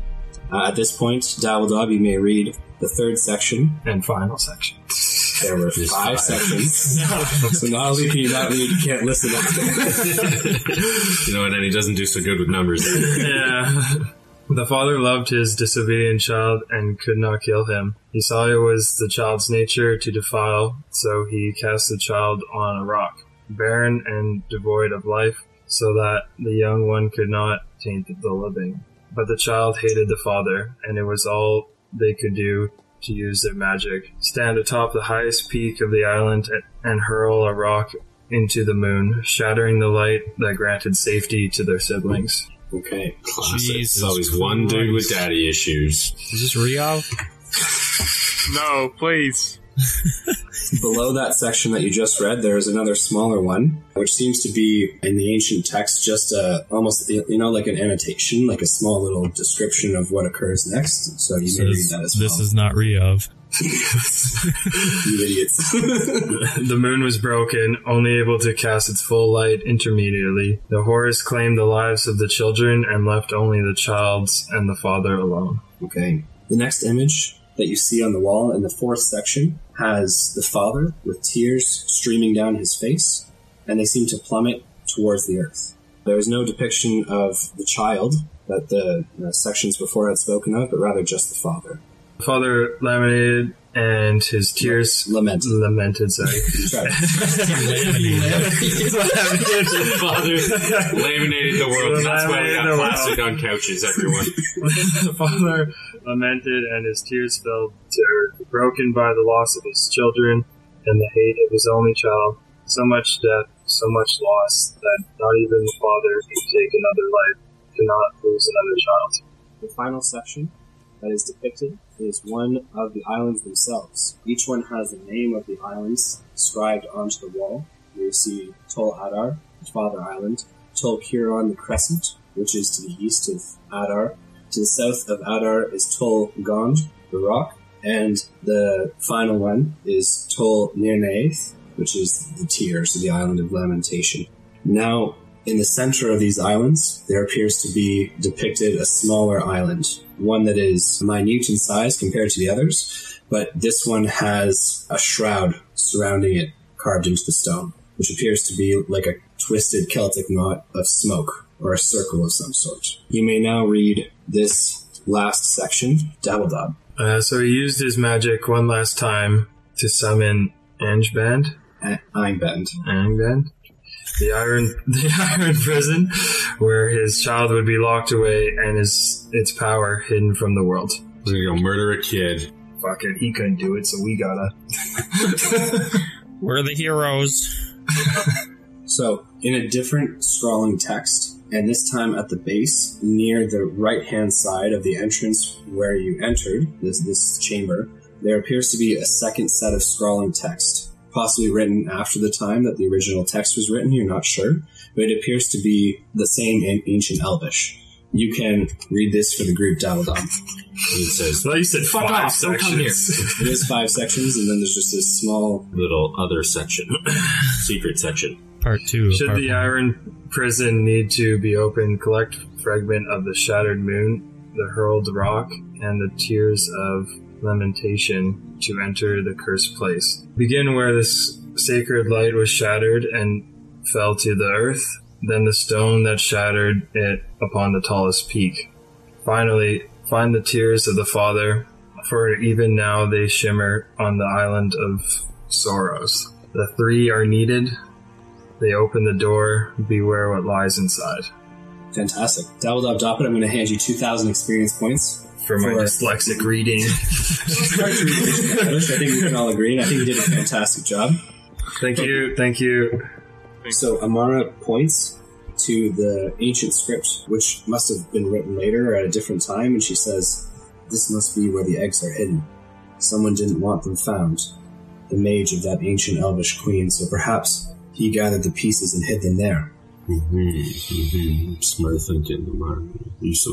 S1: Uh, at this point, Dabbledob, you may read the third section.
S4: And final section.
S1: There were five, sections. so not only can you not read, you can't listen.
S3: You know what? And he doesn't do so good with numbers. either.
S4: yeah. The father loved his disobedient child and could not kill him. He saw it was the child's nature to defile, so he cast the child on a rock, barren and devoid of life, so that the young one could not taint the living. But the child hated the father, and it was all they could do to use their magic. Stand atop the highest peak of the island and- and hurl a rock into the moon, shattering the light that granted safety to their siblings.
S1: Okay.
S3: Classic. There's
S2: Jesus
S3: always one dude with
S2: Christ.
S3: daddy issues.
S2: Is this Rio?
S5: No, please.
S1: Below that section that you just read, there is another smaller one, which seems to be in the ancient text just a almost you know like an annotation, like a small little description of what occurs next. So you
S2: So
S1: may
S2: this,
S1: read that as
S2: this
S1: well.
S2: is not Rio.
S1: you idiots.
S4: The moon was broken, only able to cast its full light intermediately. The horrors claimed the lives of the children and left only the child's and the father alone.
S1: okay. The next image that you see on the wall in the fourth section has the father with tears streaming down his face, and they seem to plummet towards the earth. There is no depiction of the child that the uh, sections before had spoken of, but rather just the father.
S4: The father laminated and his tears
S1: Lament.
S4: lamented, sorry.
S3: Father laminated the world. That's why we
S4: Laminated the
S3: got
S4: world.
S3: plastic on couches, everyone.
S4: the father lamented and his tears fell to earth, broken by the loss of his children and the hate of his only child. So much death, so much loss, that not even the father could take another life, could not lose another child.
S1: The final section that is depicted is one of the islands themselves. Each one has the name of the islands scribed onto the wall. You see Tol Adar, the father island, Tol Kiron, the crescent, which is to the east of Adar. To the south of Adar is Tol Gond, the rock, and the final one is Tol Nirnaeth, which is the tears of the island of lamentation. Now, in the center of these islands, there appears to be depicted a smaller island, one that is minute in size compared to the others, but this one has a shroud surrounding it carved into the stone, which appears to be like a twisted Celtic knot of smoke or a circle of some sort. You may now read this last section, Dabbledob.
S4: Uh, so he used his magic one last time to summon Angband,
S1: Eh, I'm bent.
S4: Angband, the iron, the iron prison, where his child would be locked away and his its power hidden from the world.
S3: We're gonna go murder a kid.
S4: Fuck it, he couldn't do it, so we gotta.
S2: We're the heroes.
S1: So, in a different scrawling text, and this time at the base, near the right hand side of the entrance where you entered this, this chamber, there appears to be a second set of scrawling text, possibly written after the time that the original text was written, you're not sure, but it appears to be the same in ancient Elvish. You can read this for the group Dabbledom.
S3: And it says,
S4: Well, you said
S3: Fuck
S4: five
S3: off, don't come
S4: sections.
S1: It is five sections, and then there's just this small.
S3: little other section. Secret section.
S2: Part two. of
S4: Should
S2: part
S4: the
S2: one.
S4: iron prison need to be opened, collect fragment of the shattered moon, the hurled rock, and the tears of lamentation to enter the cursed place. Begin where this sacred light was shattered and fell to the earth, then the stone that shattered it upon the tallest peak. Finally, find the tears of the Father, for even now they shimmer on the island of sorrows. The three are needed. They open the door. Beware what lies inside.
S1: Fantastic. Dabbledob Doppet, I'm going to hand you 2,000 experience points.
S4: For my
S1: For-
S4: dyslexic reading.
S1: I think we can all agree, and I think you did a fantastic job.
S4: thank you, thank you.
S1: So Amara points to the ancient script, which must have been written later or at a different time, and she says, This must be where the eggs are hidden. Someone didn't want them found. The mage of that ancient elvish queen, so perhaps he gathered the pieces and hid them there.
S3: Mm-hmm, mm-hmm. Smart thinking, Lamar. You're so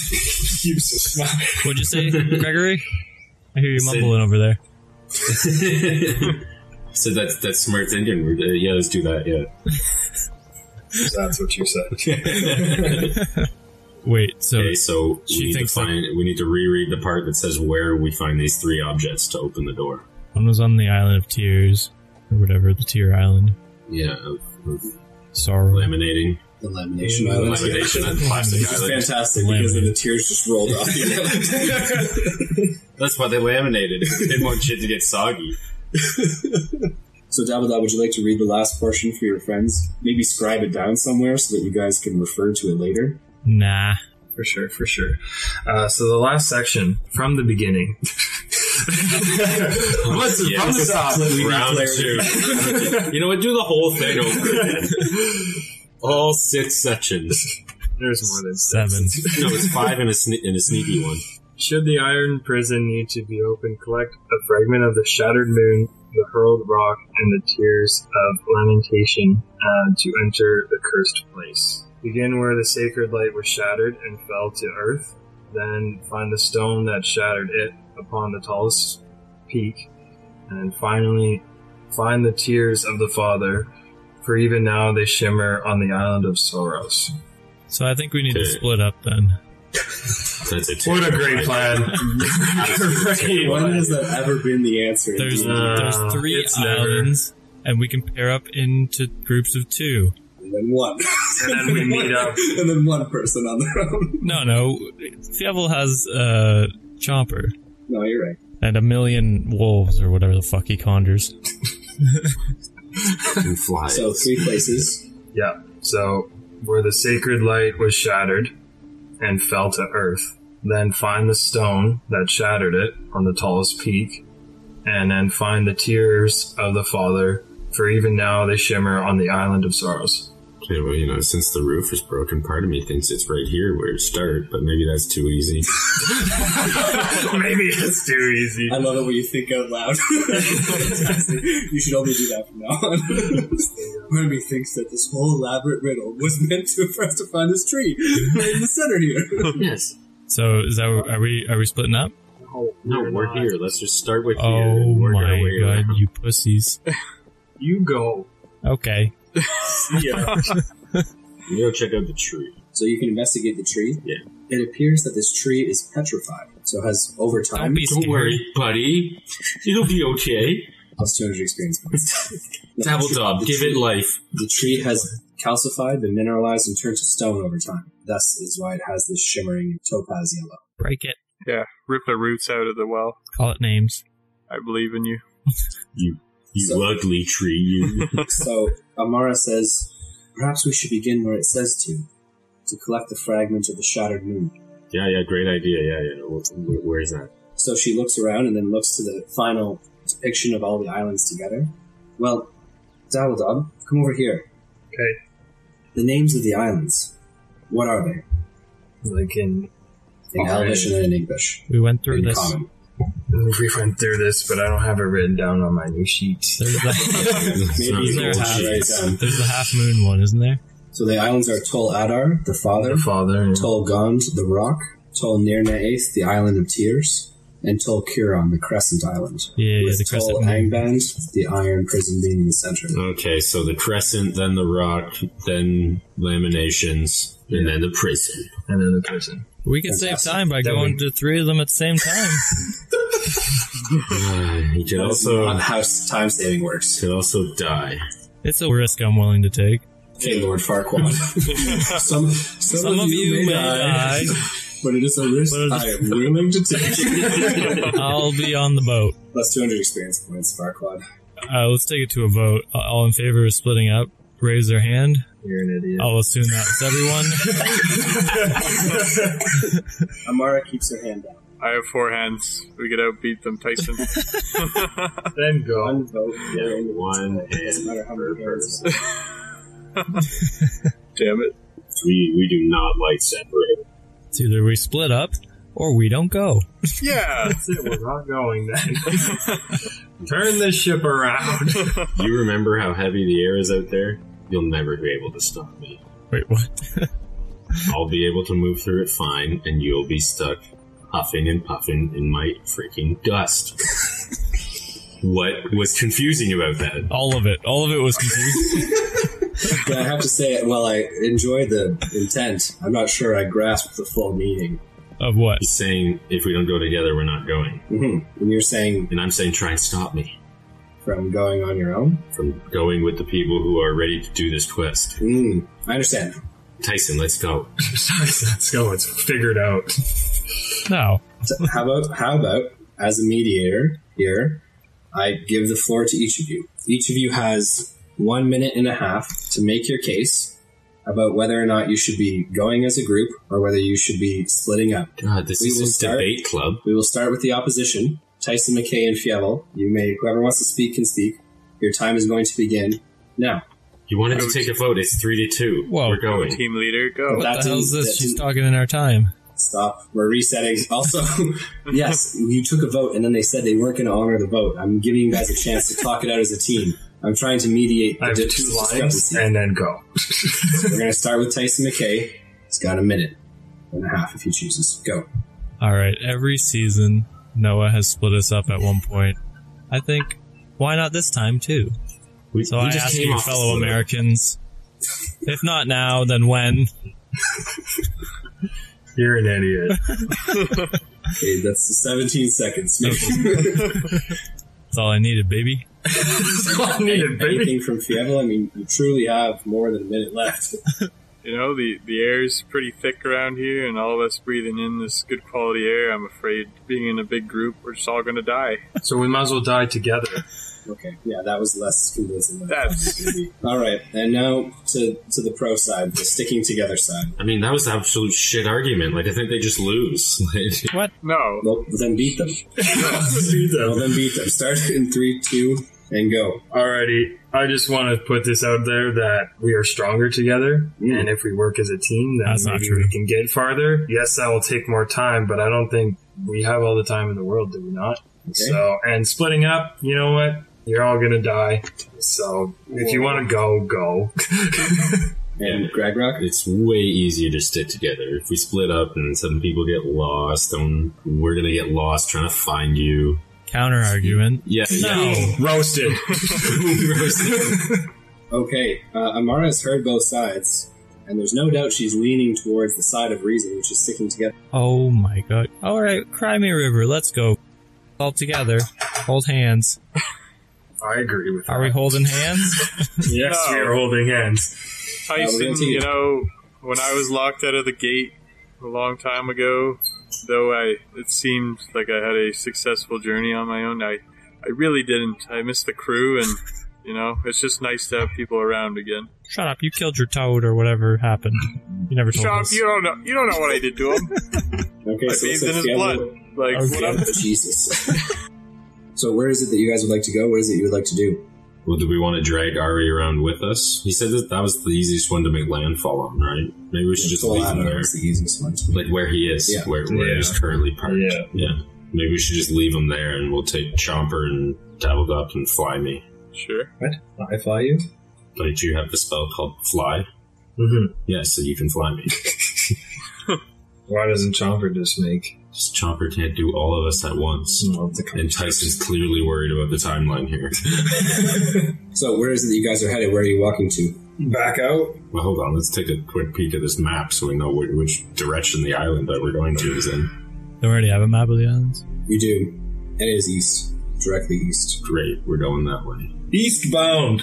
S3: smart.
S2: What'd you say, Gregory? I hear you mumbling over there.
S3: so that's that's smart thinking. We're- uh, Yeah, let's do that. Yeah.
S4: That's what you said.
S2: Wait, so
S3: Okay, so
S2: She
S3: we need to
S2: thinks
S3: find. We need to reread the part that says where we find these three objects to open the door.
S2: one was on the island of tears, or whatever, the tear island.
S3: Yeah, of, of
S2: Sorrow.
S3: laminating,
S1: The lamination
S3: Mm-hmm.
S1: island.
S3: lamination, and plastic
S1: Which is
S3: island.
S1: fantastic because then the tears just rolled off. the island.
S3: That's why they laminated. it. They didn't want shit to get soggy.
S1: so Dabbledob, would you like to read the last portion for your friends? Maybe scribe it down somewhere so that you guys can refer to it later.
S2: Nah.
S4: For sure, for sure. Uh, so the last section from the beginning.
S3: Let's
S1: from the top, we need
S3: round
S1: clarity.
S3: two. you know what? Do the whole thing over again. All six sections.
S4: There's more than six.
S2: Seven.
S3: No, it's five and a, sne- and a sneaky one.
S4: Should the iron prison need to be opened, collect a fragment of the shattered moon, the hurled rock, and the tears of lamentation uh, to enter the cursed place. Begin where the sacred light was shattered and fell to earth, then find the stone that shattered it upon the tallest peak, and finally find the tears of the Father, for even now they shimmer on the island of sorrows.
S2: So I think we need to
S3: Okay.
S2: split up then.
S3: That's a
S4: What a
S3: terrible
S4: great
S3: idea.
S4: plan!
S3: Absolutely terrible
S1: When
S3: idea.
S1: has that ever been the answer?
S2: There's
S1: indeed?
S4: Uh,
S2: there's three
S4: it's never-
S2: islands, and we can pair up into groups of two.
S1: and then one.
S4: And then we meet up.
S1: And then one person on their own.
S2: No, no. Fievel has uh, Chomper
S1: No, you're right.
S2: and a million wolves or whatever the fuck he conjures.
S3: And fly.
S1: So three places.
S4: Yeah. So where the sacred light was shattered and fell to earth, then find the stone that shattered it on the tallest peak, and then find the tears of the Father, for even now they shimmer on the island of sorrows.
S3: Okay, well, you know, since the roof is broken, part of me thinks it's right here where it started, but maybe that's too easy.
S4: Maybe it's too easy.
S1: I love it when you think out loud. Fantastic. you should only do that from now on. Remy thinks that this whole elaborate riddle was meant to for us to find this tree right in the center here.
S3: yes.
S2: So is that are we are we splitting up?
S3: No, we're here. Let's just start with here
S2: Oh
S3: and work
S2: my
S3: our way
S2: god,
S3: around.
S2: you pussies!
S4: You go.
S2: Okay,
S1: yeah.
S3: We go check out the tree.
S1: So you can investigate the tree.
S3: Yeah.
S1: It appears that this tree is petrified, so has over time
S2: Don't be
S3: Don't
S2: scared.
S3: worry, buddy. It'll be okay.
S1: plus 200 experience points. The
S3: Dabble
S1: petri-
S3: dub,
S1: the
S3: give
S1: tree-
S3: it life.
S1: The tree has calcified, been mineralized, and turned to stone over time. Thus is why it has this shimmering topaz yellow.
S2: break it.
S5: Rip the roots out of the well.
S2: Call it names.
S5: I believe in you.
S3: You
S1: So-
S3: ugly tree, you.
S1: so Amara says, perhaps we should begin where it says to, to collect the fragment of the shattered moon.
S3: yeah, yeah, great idea. Yeah, yeah. Wh- wh- Where is that?
S1: So she looks around and then looks to the final depiction of all the islands together. Well, Dabbledob, come over here.
S4: Okay.
S1: The names of the islands, what are they?
S4: Like in
S1: In
S4: Alright.
S1: Elvish and then in English.
S2: We went through
S1: in
S2: this.
S1: common.
S4: we went through this, but I don't have it written down on my new sheet.
S2: There's the,
S1: Maybe you
S2: there
S1: can
S2: half-
S1: write it down.
S2: there's the half moon one, isn't there?
S1: So the islands are Tol Adar, the father,
S4: The Father. and-
S1: Tol Gond, the rock, Tol Nirnaeth, the island of tears, and Tol Curon, the crescent island.
S2: Yeah, yeah
S1: with
S2: the
S1: Tol
S2: crescent moon.
S1: Angband, the iron prison being in the center.
S3: Okay, so the crescent, then the rock, then laminations, and then the prison.
S4: And then the prison.
S2: We could save
S1: Fantastic.
S2: time by
S4: That
S2: going to three of them at the same time.
S3: Ah, you could
S1: That's
S3: also
S1: not how s- time saving works.
S3: could also die.
S2: It's a risk I'm willing to take.
S1: Okay, Lord Farquaad. some, some,
S2: Some of you may die.
S1: but it is a risk
S2: But it is-
S1: I am willing to take.
S2: I'll be on the boat.
S1: Plus 200 experience points, Farquaad.
S2: Uh, let's take it to a vote. Uh, All in favor of splitting up, raise their hand.
S4: You're an idiot.
S2: I'll assume that was everyone.
S1: Amara keeps her hand down.
S5: I have four hands. We could outbeat them, Tyson.
S4: Then go.
S1: One vote.
S3: Yeah, one
S1: doesn't matter
S3: hand
S1: how
S3: per
S1: many hands.
S3: person.
S5: Damn it.
S3: We, we do not like separating.
S2: It's either we split up or we don't go.
S5: Yeah.
S4: That's it. We're not going then. Turn this ship around.
S3: You remember how heavy the air is out there? You'll never be able to stop me.
S2: Wait, what?
S3: I'll be able to move through it fine, and you'll be stuck huffing and puffing in my freaking dust. what was confusing about that?
S2: All of it. All of it was confusing.
S1: But I have to say, while I enjoy the intent, I'm not sure I grasp the full meaning.
S2: of what?
S3: He's saying, if we don't go together, we're not going.
S1: Mhm. And you're saying
S3: And I'm saying, try and stop me
S1: from going on your own?
S3: from going with the people who are ready to do this quest.
S1: Mm, I understand.
S3: Tyson, let's go.
S4: Let's go. It's figured out.
S2: No.
S1: So how about how about as a mediator here, I give the floor to each of you. Each of you has one minute and a half to make your case about whether or not you should be going as a group or whether you should be splitting up.
S3: God, this
S1: We will
S3: is a
S1: start-
S3: debate club.
S1: We will start with the opposition. Tyson McKay and Fievel. You may whoever wants to speak can speak. Your time is going to begin now.
S3: You wanted to take a vote. It's three to two.
S2: Whoa.
S3: We're going.
S5: Team leader,
S2: What
S5: go.
S1: That
S2: the hell's
S1: didn't-
S2: this?
S1: that
S2: She's
S1: didn't-
S2: talking in our time.
S1: Stop. We're resetting. Also, yes, you took a vote and then they said they weren't going to honor the vote. I'm giving you guys a chance to talk it out as a team. I'm trying to mediate
S4: I
S1: the
S4: have
S1: dis-
S4: two lines
S1: discrepancy.
S4: and then go.
S1: We're going to start with Tyson McKay. He's got a minute and a half if he chooses. Go.
S2: All right. Every season, Noah has split us up at one point. I think, why not this time too?
S3: We,
S2: So
S3: we
S2: I ask you,
S3: off the
S2: fellow
S3: floor.
S2: Americans, if not now, then when?
S4: You're an idiot.
S1: Okay, that's 17 seconds.
S2: That's all I needed, baby.
S4: I need it, baby.
S1: Anything from Fievel? I mean, you truly have more than a minute left.
S5: You know, the, the air's pretty thick around here, and all of us breathing in this good quality air, I'm afraid being in a big group, we're just all going to die.
S4: So we might as well die together.
S1: Okay, yeah, that was less convincing. Than I thought
S5: That's-
S1: it was gonna be. All right, and now to, to the pro side, the sticking together side.
S3: I mean, that was absolute shit argument. Like, I think they just lose. Like,
S5: No.
S1: Well, then beat them. Well, then beat them. Start in three, two, and go.
S4: Alrighty. I just want to put this out there that we are stronger together,
S1: Mm.
S4: and if we work as a team, then
S2: That's not
S4: maybe
S2: true.
S4: we can get farther. Yes, that will take more time, but I don't think we have all the time in the world, do we not? So, and splitting up, you know what? You're all gonna die. So, if you want to go, go.
S1: And Greg Rock?
S3: it's way easier to stick together. If we split up and some people get lost, then we're gonna get lost trying to find you.
S2: Counter argument.
S3: Yeah,
S2: No.
S4: Roasted.
S1: Okay, uh, Amara has heard both sides, and there's no doubt she's leaning towards the side of reason, which is sticking together.
S2: Oh my god. All right. Cry me a river. Let's go. All together. Hold hands.
S4: I agree with.
S2: Are we holding hands?
S4: Yes,
S5: No.
S4: we are holding hands.
S1: Yeah, we're
S5: Tyson,
S1: gonna take
S5: you
S1: it.
S5: know, when I was locked out of the gate a long time ago, though I it seemed like I had a successful journey on my own, I I really didn't. I missed the crew and you know, it's just nice to have people around again.
S2: Shut up. You killed your toad or whatever happened. You never told
S5: Shop,
S2: us.
S5: you don't know you don't know what I did to him.
S1: Okay,
S5: I
S1: so it's
S5: bathed
S1: like
S5: in his
S1: Fievel-
S5: blood. Like
S2: Okay.
S5: what up?
S1: Fievel- Jesus. so where is it that you guys would like to go? What is it you would like to do?
S3: Well, do we want to drag Ari around with us? He said that that was the easiest one to make landfall on, right? Maybe we should just leave him there,
S1: It's the easiest one to
S3: like where he is,
S1: Yeah.
S3: where where
S4: Yeah.
S3: he's currently parked.
S4: Yeah.
S3: Maybe we should just leave him there, and we'll take Chomper and Dabbledup and Fly Me.
S5: Sure.
S4: I fly you.
S3: Don't you have the spell called Fly?
S4: hmm
S3: Yeah, so you can fly me.
S4: Why doesn't Chomper just make?
S3: Just Chomper can't do all of us at once.
S4: some of the
S3: And Tyson's clearly worried about the timeline here.
S1: So where is it that you guys are headed? Where are you walking to?
S4: back out?
S3: Well, hold on. Let's take a quick peek at this map so we know which, which direction the island that we're going to is in.
S2: Don't already have a map of the islands.
S1: You do. And it is east. Directly east.
S3: Great, we're going that way.
S4: Eastbound.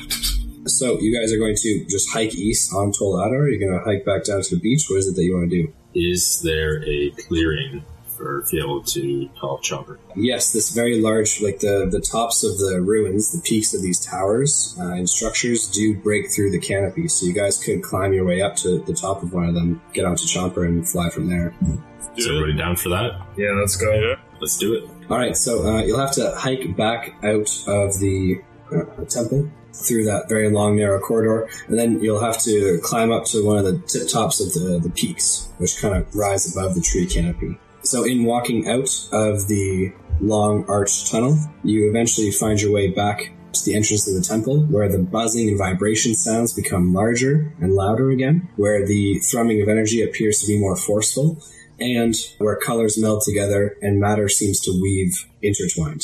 S1: So you guys are going to just hike east on Tolada, or you're going to hike back down to the beach? What is it that you want to do?
S3: Is there a clearing for Fiel to talk Chopper?
S1: Yes, this very large, like the the tops of the ruins, the peaks of these towers uh, and structures do break through the canopy. So you guys could climb your way up to the top of one of them, get onto Chomper, and fly from there.
S3: Is
S5: Do it.
S3: everybody down for that?
S4: Yeah, let's go.
S5: Yeah.
S3: Let's do it.
S1: All right, so uh, you'll have to hike back out of the uh, temple through that very long, narrow corridor, and then you'll have to climb up to one of the tip tops of the, the peaks, which kind of rise above the tree canopy. So, in walking out of the long arched tunnel, you eventually find your way back to the entrance of the temple, where the buzzing and vibration sounds become larger and louder again, where the thrumming of energy appears to be more forceful, and where colors meld together and matter seems to weave intertwined.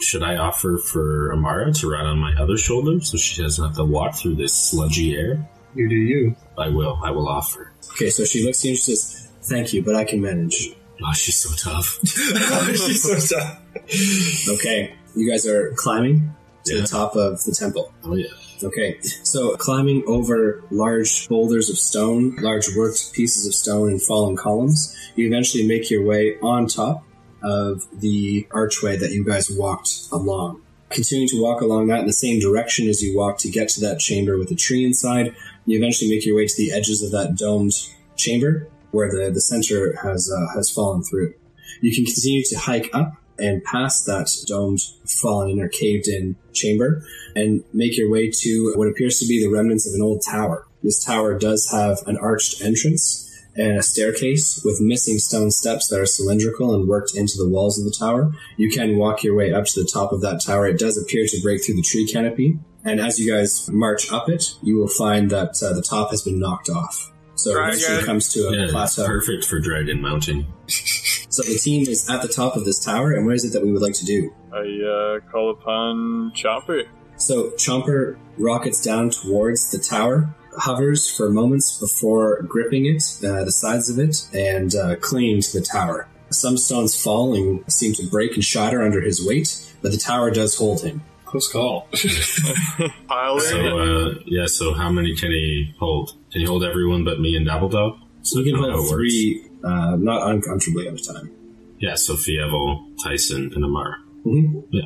S3: Should I offer for Amara to ride on my other shoulder so she doesn't have to walk through this sludgy air?
S4: You do you.
S3: I will. I will offer.
S1: Okay, so she looks at you and she says, Thank you, but I can manage.
S3: Oh, she's so tough.
S4: She's so tough.
S1: Okay, you guys are climbing to
S3: Yeah.
S1: the top of the temple.
S3: Oh yeah.
S1: Okay, so climbing over large boulders of stone, large worked pieces of stone and fallen columns, you eventually make your way on top of the archway that you guys walked along. Continuing to walk along that in the same direction as you walked to get to that chamber with the tree inside, you eventually make your way to the edges of that domed chamber where the, the center has, uh, has fallen through. You can continue to hike up and past that domed, fallen, or caved in chamber and make your way to what appears to be the remnants of an old tower. This tower does have an arched entrance and a staircase with missing stone steps that are cylindrical and worked into the walls of the tower. You can walk your way up to the top of that tower. It does appear to break through the tree canopy. And as you guys march up it, you will find that uh, the top has been knocked off. So it
S5: Try
S1: eventually
S5: again.
S1: comes to a
S3: Yeah, it's
S1: plateau.
S3: perfect for dragon mounting.
S1: So the team is at the top of this tower, and what is it that we would like to do?
S5: I uh, call upon Chopper.
S1: So Chomper rockets down towards the tower, hovers for moments before gripping it, uh, the sides of it, and uh, clinging to the tower. Some stones fall and seem to break and shatter under his weight, but the tower does hold him.
S4: Close call.
S5: Pile
S3: So
S5: in.
S3: uh, yeah. So how many can he hold? Can he hold everyone but me and Dabbledob?
S1: So you can
S3: How it
S1: hold
S3: works.
S1: three, uh, not uncomfortably at a time.
S3: Yeah. So Fievel, Tyson, and Amara.
S1: Mm-hmm.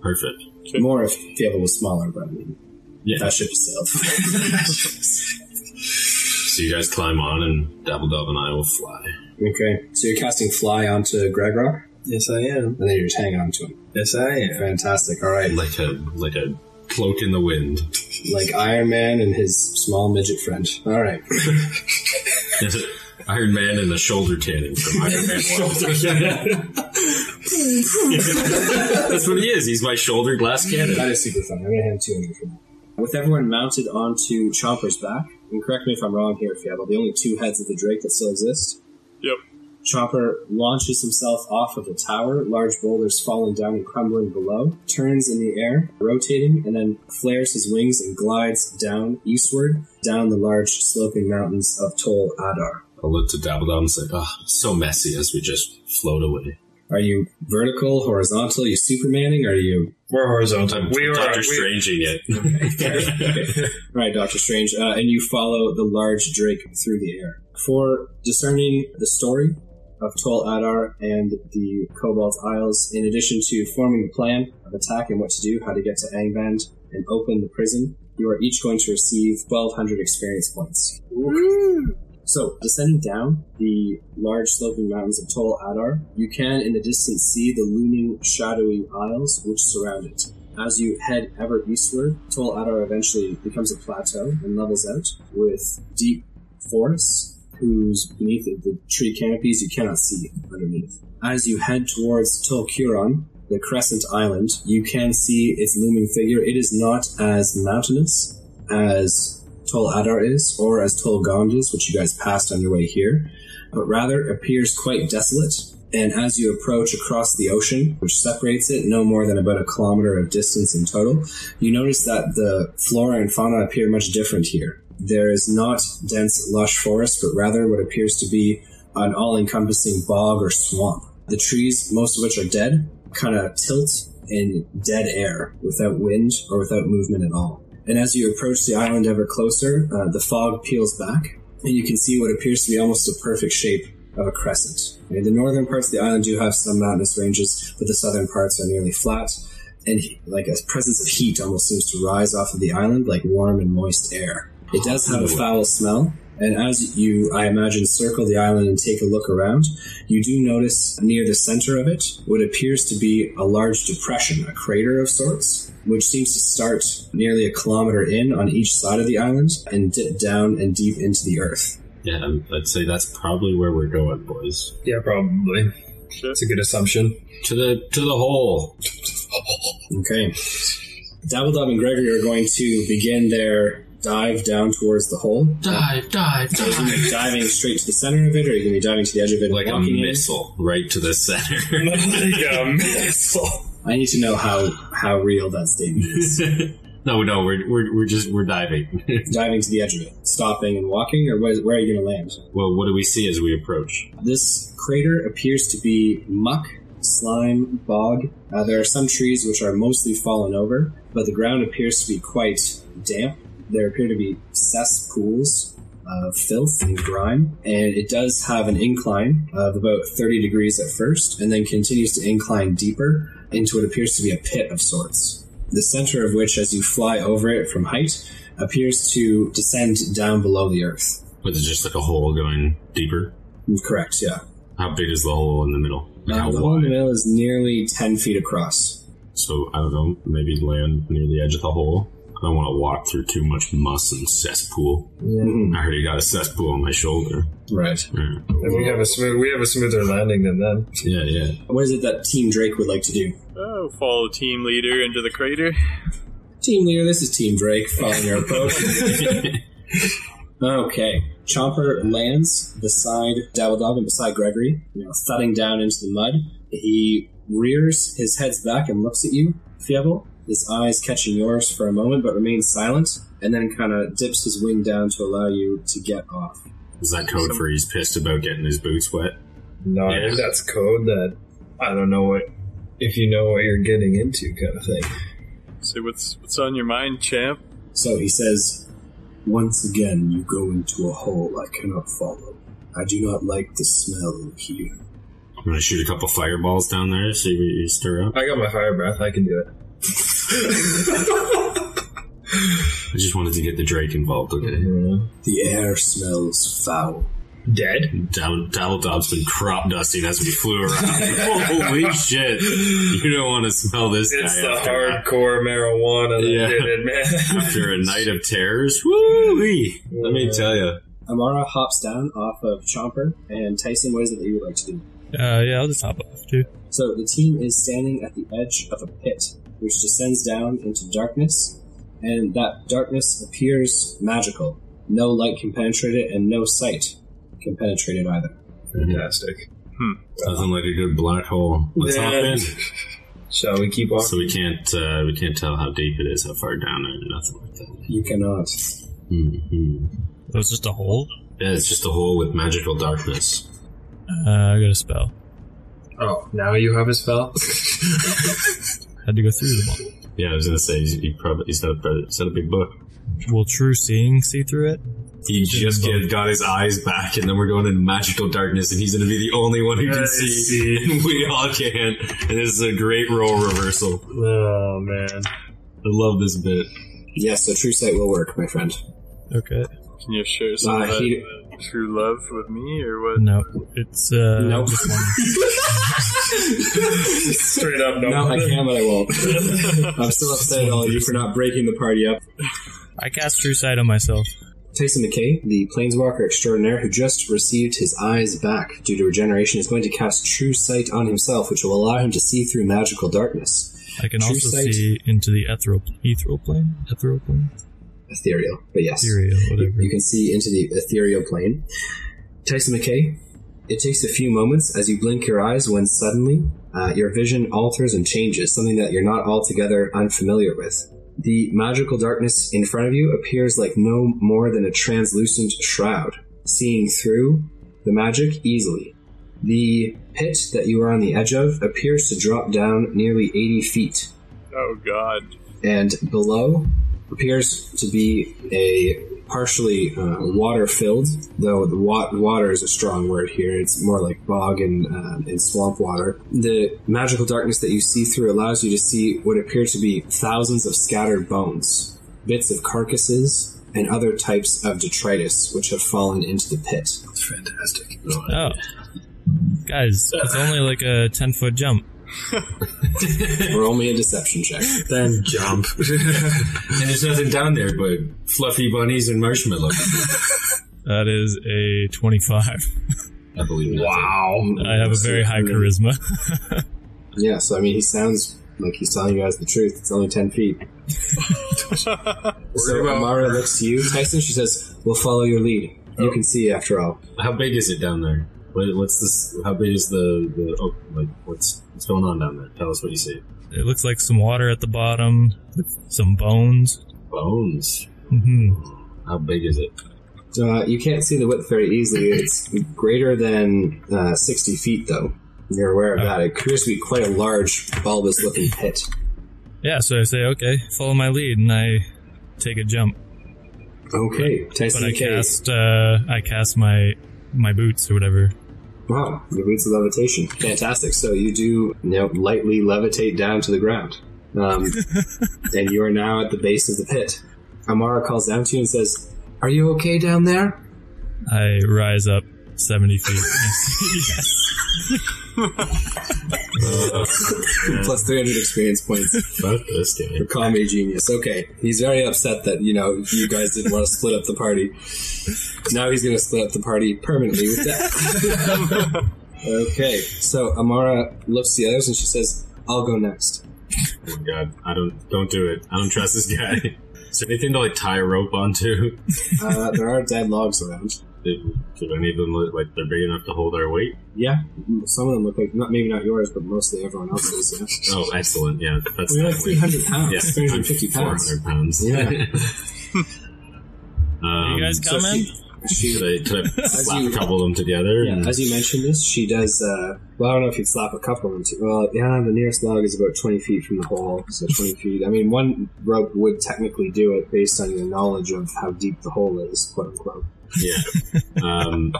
S3: Perfect.
S1: More if Fievel was smaller, but I mean,
S3: Yeah.
S1: that ship has sailed.
S3: So you guys climb on, and Dabbledob and I will fly.
S1: okay, so you're casting Fly onto Gregor,
S4: Yes, I am.
S1: and then you're just hanging onto him.
S4: Yes, I am.
S1: Fantastic. All right.
S3: Like a like a cloak in the wind.
S1: like Iron Man and his small midget friend. All right.
S3: Iron Man and the shoulder tanning from Iron Man. That's what he is. He's my shoulder glass cannon.
S1: That is super fun. I'm gonna hand two hundred for that. With everyone mounted onto Chomper's back, and correct me if I'm wrong here, Fiable, the only two heads of the Drake that still exist.
S5: Yep.
S1: Chomper launches himself off of the tower, large boulders falling down and crumbling below, turns in the air, rotating, and then flares his wings and glides down eastward, down the large sloping mountains of Tol Adar.
S3: I'll look to Dabbledob and say, oh, so messy as we just float away.
S1: Are you vertical, horizontal, you supermaning, or are you
S4: We're horizontal.
S3: I'm
S4: we are.
S3: Doctor
S4: we-
S3: Stranging it.
S1: All right, Doctor Strange, uh, and you follow the large Drake through the air. For discerning the story of Tol Adar and the Cobalt Isles, in addition to forming the plan of attack and what to do, how to get to Angband and open the prison, you are each going to receive 1,200 experience points. So, descending down the large sloping mountains of Tol Adar, you can in the distance see the looming, shadowy isles which surround it. As you head ever eastward, Tol Adar eventually becomes a plateau and levels out with deep forests whose beneath the- the tree canopies you cannot see underneath. As you head towards Tol Curon, the crescent island, you can see its looming figure. It is not as mountainous as Tol Adar is, or as Tol Gond is, which you guys passed on your way here, but rather appears quite desolate. And as you approach across the ocean, which separates it no more than about a kilometer of distance in total, you notice that the flora and fauna appear much different here. There is not dense, lush forest, but rather what appears to be an all encompassing bog or swamp. The trees, most of which are dead, kind of tilt in dead air without wind or without movement at all and as you approach the island ever closer, uh, the fog peels back, and you can see what appears to be almost a perfect shape of a crescent. Okay, the northern parts of the island do have some mountainous ranges, but the southern parts are nearly flat, and he- like a presence of heat almost seems to rise off of the island like warm and moist air. It does have a foul smell, and as you, I imagine, circle the island and take a look around, you do notice near the center of it what appears to be a large depression, a crater of sorts, which seems to start nearly a kilometer in on each side of the island and dip down and deep into the earth.
S3: Yeah, I'm- I'd say that's probably where we're going, boys.
S6: Yeah, probably.
S5: Shit.
S6: That's a good assumption.
S3: To the to the hole.
S1: Okay. Dabbledub and Gregory are going to begin their dive down towards the hole.
S3: Dive, dive,
S1: Are you going to be diving straight to the center of it, or are you going to be diving to the edge of it and
S3: Like a
S1: walking in?
S3: missile right to the center.
S1: I need to know how, how real that statement is.
S3: no, no, we're, we're we're just we're diving.
S1: diving to the edge of it, stopping and walking, or where, where are you going to land?
S3: well, what do we see as we approach?
S1: This crater appears to be muck, slime, bog. Uh, there are some trees which are mostly fallen over, but the ground appears to be quite damp. There appear to be cesspools of filth and grime, and it does have an incline of about 30 degrees at first, and then continues to incline deeper into what appears to be a pit of sorts. The center of which, as you fly over it from height, appears to descend down below the earth.
S3: Was it just like a hole going deeper?
S1: Correct, yeah.
S3: How big is the hole in the middle? Like
S1: Uh,
S3: how
S1: the whole
S3: wide?
S1: mill is nearly 10 feet across.
S3: So I don't know. Maybe land near the edge of the hole. I don't want to walk through too much muss and cesspool.
S1: Mhm.
S3: I already got a cesspool on my shoulder.
S1: Right.
S3: Yeah,
S4: And we have a smooth, we have a smoother landing than them.
S3: yeah. yeah.
S1: What is it that Team Drake would like to do?
S5: Oh, follow team leader into the crater.
S1: Team leader, this is Team Drake following your approach. okay. Chomper lands beside Dabbledob and beside Gregory, you know, thudding down into the mud. He rears, his head's back and looks at you, Fievel, his eyes catching yours for a moment, but remains silent, and then kind of dips his wing down to allow you to get off.
S3: Is that code for he's pissed about getting his boots wet?
S4: No, I
S3: Yeah.
S4: think that's code that I don't know what if you know what you're getting into kind of thing.
S5: Say what's what's on your mind, champ?
S1: So he says, Once again, you go into a hole I cannot follow. I do not like the smell here.
S3: I'm gonna shoot a couple fireballs down there, see what you stir up.
S4: I got my fire breath. I can do it.
S3: I just wanted to get the Drake involved today.
S1: The air smells foul.
S4: Dead?
S3: Dabble Dob's been crop dusting as we flew around. Holy shit! You don't want to smell this
S4: It's
S3: guy
S4: the
S3: after,
S4: hardcore marijuana that
S3: Yeah.
S4: did it, man.
S3: after a night of terrors. Woo-wee. Let me tell you.
S1: Amara hops down off of Chomper, and Tyson, what is it that you would like to do?
S2: Uh, yeah, I'll just hop off too.
S1: So the team is standing at the edge of a pit, which descends down into darkness, and that darkness appears magical. No light can penetrate it, and no sight can penetrate it either.
S4: Fantastic.
S3: Nothing like a good black hole. Let's hop
S4: Yeah.
S3: in.
S4: Shall we keep on?
S3: So we can't uh, we can't tell how deep it is, how far down, or nothing like that.
S1: You cannot.
S3: hmm
S2: That was just a hole.
S3: Yeah, it's just a hole with magical darkness.
S2: Uh, I got a spell.
S4: Oh, now you have a spell?
S2: Had to go through them all.
S3: Yeah, I was gonna say he's, he probably he's not a, he's not a big book.
S2: Will true seeing see through it?
S3: He just get, got his eyes back, and then we're going in magical darkness, and he's going to be the only one who can
S4: Yes.
S3: see. And we all can't. And this is a great role reversal.
S4: oh, man.
S3: I love this bit.
S1: Yes, so true sight will work, my friend.
S2: Okay.
S5: Can you share some
S1: Uh,
S5: of that,
S1: he-
S5: uh, true love with me or what?
S2: No, it's uh,
S1: Nope.
S2: just one.
S4: Straight up, no.
S1: No, I can, but I won't. I'm still upset at all of you for not breaking the party up.
S2: I cast true sight on myself.
S1: Tyson McKay, the Planeswalker extraordinaire who just received his eyes back due to regeneration, is going to cast True Sight on himself, which will allow him to see through magical darkness.
S2: I can
S1: True
S2: also
S1: sight.
S2: see into the ethereal, ethereal plane, ethereal plane,
S1: Ethereal, but yes.
S2: ethereal, whatever.
S1: You can see into the ethereal plane. Tyson McKay, it takes a few moments as you blink your eyes when suddenly uh, your vision alters and changes, something that you're not altogether unfamiliar with. The magical darkness in front of you appears like no more than a translucent shroud, seeing through the magic easily. The pit that you are on the edge of appears to drop down nearly 80 feet
S5: Oh God.
S1: and below appears to be a partially uh, water filled, though the wa- water is a strong word here. It's more like bog and, uh, and swamp water. The magical darkness that you see through allows you to see what appear to be thousands of scattered bones, bits of carcasses, and other types of detritus which have fallen into the pit.
S6: It's fantastic.
S2: Oh. Guys, it's only like a 10 foot jump.
S1: Roll me a deception check.
S3: Then jump. and there's nothing down there but fluffy bunnies and marshmallows.
S2: That is a 25.
S3: I believe.
S6: Wow.
S2: I have a very high charisma.
S1: Yeah, so I mean, he sounds like he's telling you guys the truth. It's only 10 feet. so Amara looks to you, Tyson. She says, We'll follow your lead. You can see after all.
S3: How big is it down there? What, what's this? How big is the the? Oh, like what's what's going on down there? Tell us what you see.
S2: It looks like some water at the bottom, with some bones.
S3: Bones.
S2: hmm
S3: How big is it?
S1: Uh, you can't see the width very easily. It's greater than uh, 60 feet, though. You're aware
S2: Uh,
S1: of that. It appears to be quite a large, bulbous looking pit.
S2: Yeah, so I say, okay, follow my lead, and I take a jump.
S1: Okay,
S2: But
S1: Tyson
S2: I
S1: K.
S2: cast, uh, I cast my my boots or whatever.
S1: Wow, the roots of levitation. Fantastic. So you do you know, lightly levitate down to the ground. Um, and you are now at the base of the pit. Amara calls down to you and says, Are you okay down there?
S2: I rise up seventy feet. yes.
S1: Plus 300 experience points
S3: Fuck this guy.
S1: for Kami Genius. Okay, he's very upset that, you know, you guys didn't want to split up the party. Now he's going to split up the party permanently with that. okay, so Amara looks to the others and she says, I'll go next.
S3: Oh my god, I don't don't do it. I don't trust this guy. Is there anything to like tie a rope onto?
S1: Uh, there are dead logs around.
S3: Did, did any of them look like they're big enough to hold our weight?
S1: Yeah, m- some of them look like not maybe not yours, but mostly everyone else's. Yeah.
S3: Oh, excellent. Yeah, that's
S1: We're
S3: the
S1: at
S3: weight.
S1: 300 pounds,
S3: Yes,
S1: 350 pounds.
S3: 400 pounds.
S1: Yeah.
S3: um,
S2: you guys
S1: so
S2: coming?
S1: She,
S3: Should I, could I
S1: As
S3: slap
S1: you-
S3: a couple of them together?
S1: yeah, as you mentioned this, she does. Uh, well, I don't know if you'd slap a couple into. Well, yeah, the nearest log is about 20 feet from the hole, so 20 feet. I mean, one rope would technically do it based on your knowledge of how deep the hole is, quote unquote.
S3: Yeah. Um,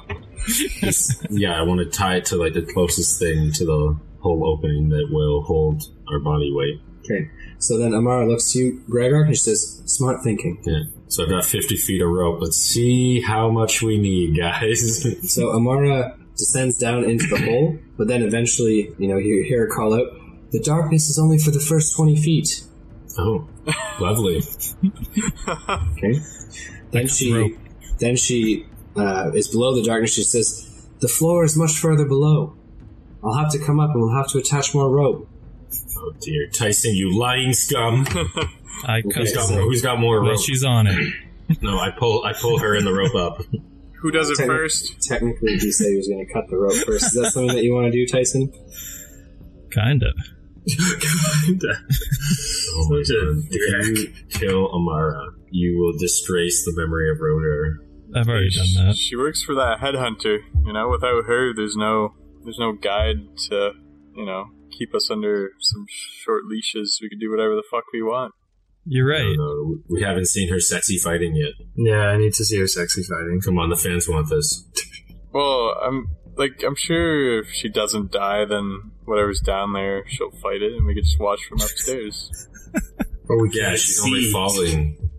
S3: just- yeah, I want to tie it to like the closest thing to the hole opening that will hold our body weight.
S1: Okay, so then Amara looks to you, Gregor, and she says, "Smart thinking."
S3: Yeah. So I've got 50 feet of rope. Let's see how much we need, guys.
S1: So Amara descends down into the hole, but then eventually, you know, you hear her call out, "The darkness is only for the first 20 feet."
S3: oh, lovely.
S1: Okay. Then she,
S2: rope.
S1: then she uh, is below the darkness. She says, "The floor is much further below. I'll have to come up, and we'll have to attach more rope."
S3: Oh dear, Tyson, you lying scum!
S2: I cut.
S3: Who's got more, who's got more
S2: Well,
S3: rope?
S2: she's on it.
S3: No, I pull, I pull her and the rope up.
S5: Who does it
S1: Ten-
S5: first?
S1: Technically, he said he was going to cut the rope first. Is that something that you want to do, Tyson?
S2: Kinda.
S3: Oh my God. If you kill Amara, you will disgrace the memory of Roder.
S2: I've already done that.
S5: She works for that headhunter. You know, without her, there's no there's no guide to you know keep us under some short leashes. We can do whatever the fuck we want.
S2: You're right.
S3: No, we haven't seen her sexy fighting yet.
S4: Yeah, I need to see her sexy fighting.
S3: Come on, the fans want this.
S5: Well, I'm like I'm sure if she doesn't die, then whatever's down there, she'll fight it, and we could just watch from upstairs.
S4: But we
S3: Yeah,
S4: can't
S3: she's
S4: see.
S3: only falling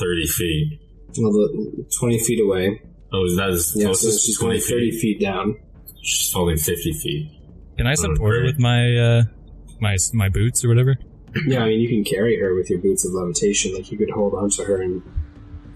S3: 30 feet.
S1: Well, the, twenty feet away.
S3: Oh, that is
S1: Yeah, so
S3: closest
S1: she's
S3: to
S1: going
S3: 20
S1: thirty
S3: feet.
S1: feet down.
S3: She's falling 50 feet.
S2: Can I support it
S3: great.
S2: with my uh, my my boots or whatever?
S1: Yeah, I mean, you can carry her with your boots of levitation. Like you could hold onto her and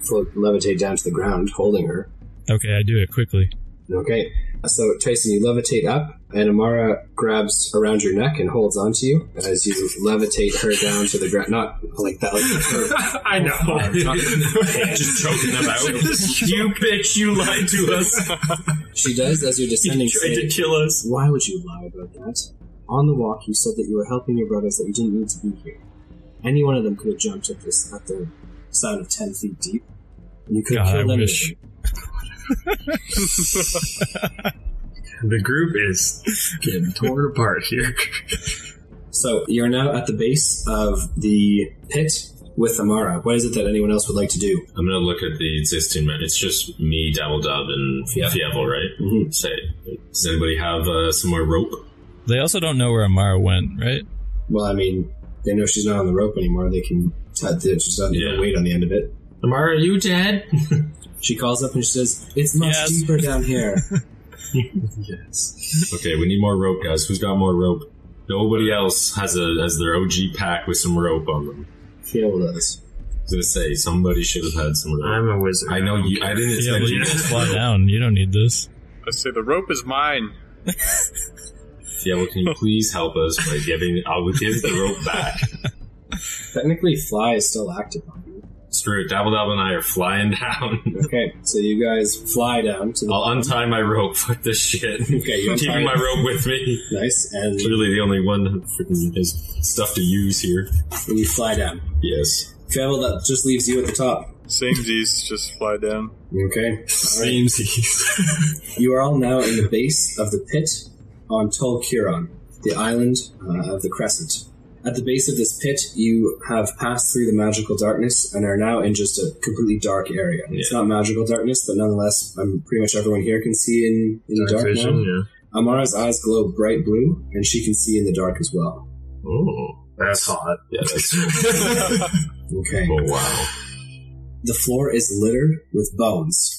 S1: float, levitate down to the ground, holding her.
S2: Okay, I do it quickly.
S1: Okay. So, Tyson, you levitate up, and Amara grabs around your neck and holds onto you as you levitate her down to the ground. Not like that, like her.
S4: I know.
S3: Just choking them out. you bitch, you lied to us.
S1: She does as you're descending. say,
S3: kill us.
S1: Why would you lie about that? On the walk, you said that you were helping your brothers, that you didn't need to be here. Any one of them could have jumped at this at the sound of ten feet deep, and you could have
S2: God, I
S1: killed them.
S2: wish.
S4: the group is getting torn apart here.
S1: So you're now at the base of the pit. with Amara? What is it that anyone else would like to do?
S3: I'm gonna look at the existing. ma- It's just me, Dabble Dub, and
S1: Yeah.
S3: Fievel, right?
S1: Mhm.
S3: Say, does anybody have uh, some more rope?
S2: They also don't know where Amara went, right?
S1: Well, I mean, they know she's not on the rope anymore. They can tie the she's not
S3: Yeah.
S1: weight on the end of it.
S3: Amara, are you dead?
S1: She calls up and she says, "It's much
S2: Yes.
S1: deeper down here."
S3: okay, we need more rope, guys. Who's got more rope? Nobody else has a has their OG pack with some rope on them.
S1: Feel does.
S3: I was gonna say somebody should have had some rope.
S4: I'm a wizard.
S3: I know you. I didn't
S2: Yeah,
S3: expect
S2: but
S3: you
S2: you
S3: to
S2: just fly down. You don't need this.
S5: I say the rope is mine.
S3: Fievel, can you please help us by giving? I'll give the rope back.
S1: Technically, Fly is still active on you.
S3: Screw it. Dabble Dab and I are flying down.
S1: Okay, so you guys fly down to the.
S3: I'll untie my rope. Fuck this shit.
S1: Okay, you untie
S3: Keeping my
S1: it.
S3: rope with me.
S1: Nice, and
S3: Literally the only one that freaking has stuff to use here.
S1: you fly down.
S3: Yes.
S1: Travel that just leaves you at the top.
S5: Samesies just fly down.
S1: Okay,
S3: Seems
S1: you are all now in the base of the pit on Tol Kiron, the island uh, of the Crescent. At the base of this pit, you have passed through the magical darkness and are now in just a completely dark area. It's not magical darkness, but nonetheless, um, pretty much everyone here can see in, in the
S4: Dark
S1: dark
S4: vision,
S1: now. Amara's eyes glow bright blue, and she can see in the dark as well.
S4: yeah. Ooh, that's hot.
S3: Oh. Yeah, that's
S1: Okay.
S3: oh, wow.
S1: The floor is littered with bones,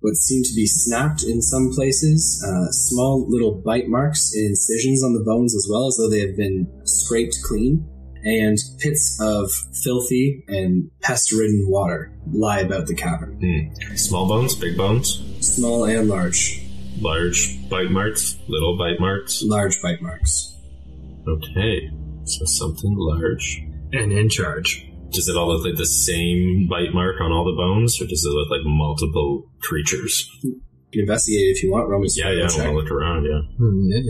S1: what seem to be snapped in some places, uh, small little bite marks and incisions on the bones as well, as though they have been scraped clean, and pits of filthy and pest ridden water lie about the cavern,
S3: Hmm. Small bones, big bones,
S1: small and large,
S3: large bite marks, little bite marks.
S1: large bite marks.
S3: Okay. So something large.
S4: And in charge.
S3: Does it all look like the same bite mark on all the bones, or does it look like multiple creatures?
S1: You can investigate if you want, Roman.
S3: Yeah, yeah, I
S1: check.
S3: want to look around, yeah.
S4: Yeah,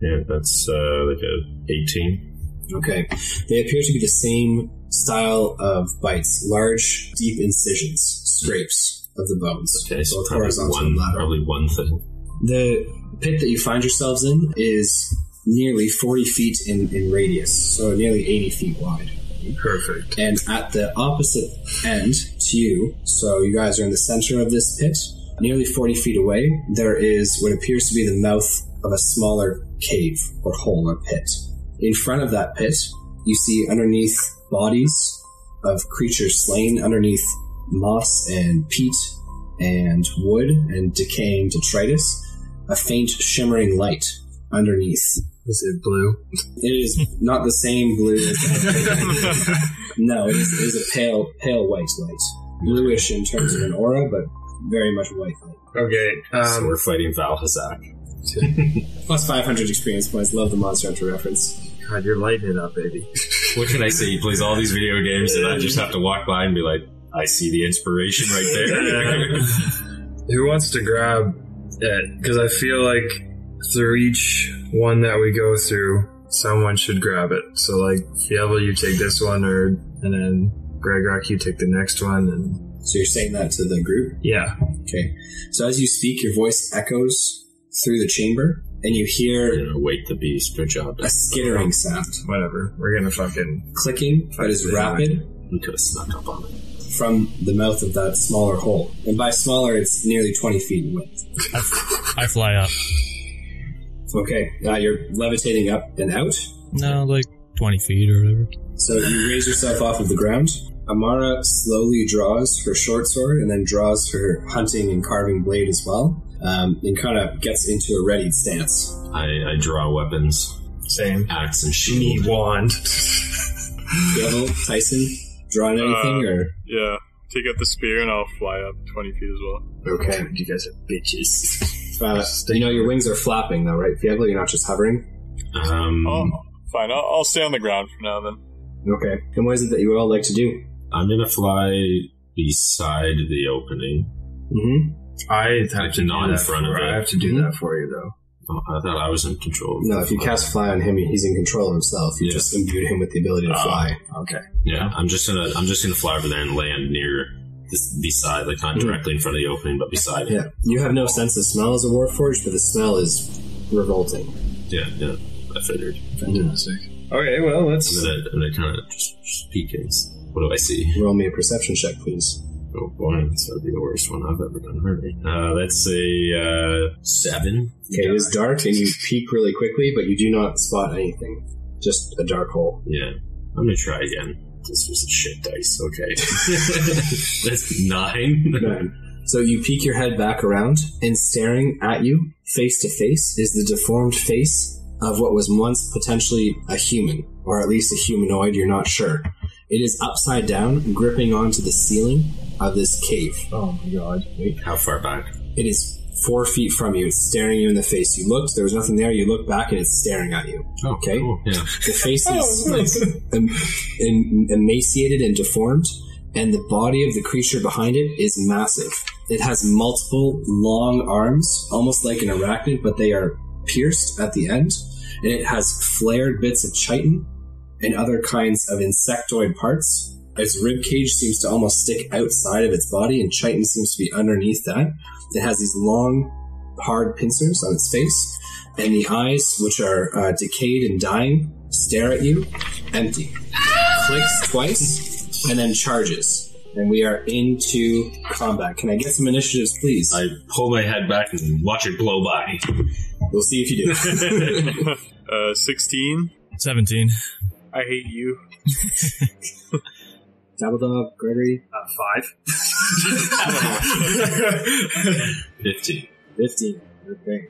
S4: yeah.
S3: Yeah, that's uh, like a 18.
S1: Okay. They appear to be the same style of bites, large, deep incisions, scrapes of the bones.
S3: Okay, so
S1: both
S3: probably
S1: horizontal
S3: one,
S1: and lateral.
S3: probably one thing.
S1: The pit that you find yourselves in is nearly 40 feet in, in radius, so nearly 80 feet wide.
S4: Perfect.
S1: And at the opposite end to you, so you guys are in the center of this pit, nearly 40 feet away, there is what appears to be the mouth of a smaller cave or hole or pit. In front of that pit, you see underneath bodies of creatures slain underneath moss and peat and wood and decaying detritus, a faint shimmering light underneath.
S4: Is it blue?
S1: It is not the same blue as no, it is, it is a pale, pale white light. Bluish in terms of an aura, but very much white light.
S4: Okay.
S3: so
S4: Um,
S3: we're fighting Valhazak.
S1: Plus 500 experience points. Love the Monster Hunter reference.
S4: God, you're lighting it up, baby.
S3: What can I say? He plays all these video games, and I just have to walk by and be like, I see the inspiration right there.
S4: Who wants to grab it? Because I feel like through each one that we go through, someone should grab it. So, like, Fievel, you take this one, or and then Greg Rock, you take the next one, and
S1: So you're saying that to the group?
S4: yeah.
S1: Okay. So as you speak, your voice echoes through the chamber, and you hear
S3: You know, wake the beast. Good job.
S1: a skittering sound.
S4: Whatever. We're gonna fucking.
S1: Clicking, but is rapid,
S3: We could have snuck up on him.
S1: from the mouth of that smaller hole. And by smaller, it's nearly 20 feet in width.
S2: I fly up.
S1: Okay. Now you're levitating up and out.
S2: No, like 20 feet or whatever.
S1: So you raise yourself off of the ground. Amara slowly draws her short sword and then draws her hunting and carving blade as well, um, and kind of gets into a readied stance.
S3: I, I draw weapons,
S4: Same.
S3: axe, and shield.
S4: Need wand.
S1: Devil, Tyson, drawing
S4: Uh,
S1: anything or
S5: Yeah. Take out the spear and I'll fly up 20 feet as well.
S1: okay?
S4: you guys are bitches.
S1: Uh, you know your wings are flapping though, right, Devil? You're not just hovering.
S3: Um,
S5: Oh, fine. I'll, I'll stay on the ground for now then.
S1: Okay. And what is it that you all like to do?
S3: I'm gonna fly beside the opening.
S1: Mm-hmm.
S4: I have
S3: Like,
S4: to
S3: not
S4: do
S3: in
S4: that
S3: front of
S4: for-
S3: it.
S4: I have to do
S1: Mhm.
S4: that for you, though.
S3: Oh, I thought I was in control.
S1: No, if you cast fly on him, he's in control of himself. You
S3: Yeah.
S1: just imbued him with the ability to
S3: Ah.
S1: fly.
S4: Okay.
S3: Yeah, I'm just gonna I'm just gonna fly over there and land near this beside, like not
S1: Mhm.
S3: directly in front of the opening, but beside. it.
S1: Yeah. You have no sense of smell as a warforged, but the smell is revolting.
S3: yeah, yeah. I figured.
S4: Fantastic. Okay, well,
S3: I'm
S4: let's.
S3: gonna, I'm gonna kind of just, just peek in, s- What do I see?
S1: Roll me a perception check, please.
S3: Oh boy, this would be the worst one I've ever done already. Uh, that's a uh, seven.
S1: Okay, it is dark, and you peek really quickly, but you do not spot anything. Just a dark hole.
S3: Yeah, I'm gonna try again. This was a shit dice. Okay, that's nine.
S1: Nine. So you peek your head back around, and staring at you, face to face, is the deformed face of what was once potentially a human, or at least a humanoid, you're not sure. It is upside down, gripping onto the ceiling of this cave.
S4: Oh my god.
S3: How far back?
S1: It is four feet from you. It's staring you in the face. You looked, there was nothing there. You look back, and it's staring at you.
S3: Oh,
S1: Okay.
S3: cool. Yeah.
S1: The face is like em- em- emaciated and deformed, and the body of the creature behind it is massive. It has multiple long arms, almost like an arachnid, but they are pierced at the end, and it has flared bits of chitin and other kinds of insectoid parts. Its rib cage seems to almost stick outside of its body, and chitin seems to be underneath that. It has these long, hard pincers on its face, and the eyes, which are uh, decayed and dying, stare at you, empty. Clicks twice, and then charges. And we are into combat. Can I get some initiatives, please?
S3: I pull my head back and watch it blow by.
S1: We'll see if you do.
S5: Uh, 16.
S2: 17.
S5: I hate you.
S1: Dabbledob, Gregory,
S4: Uh, five.
S3: 15.
S1: 15. Okay.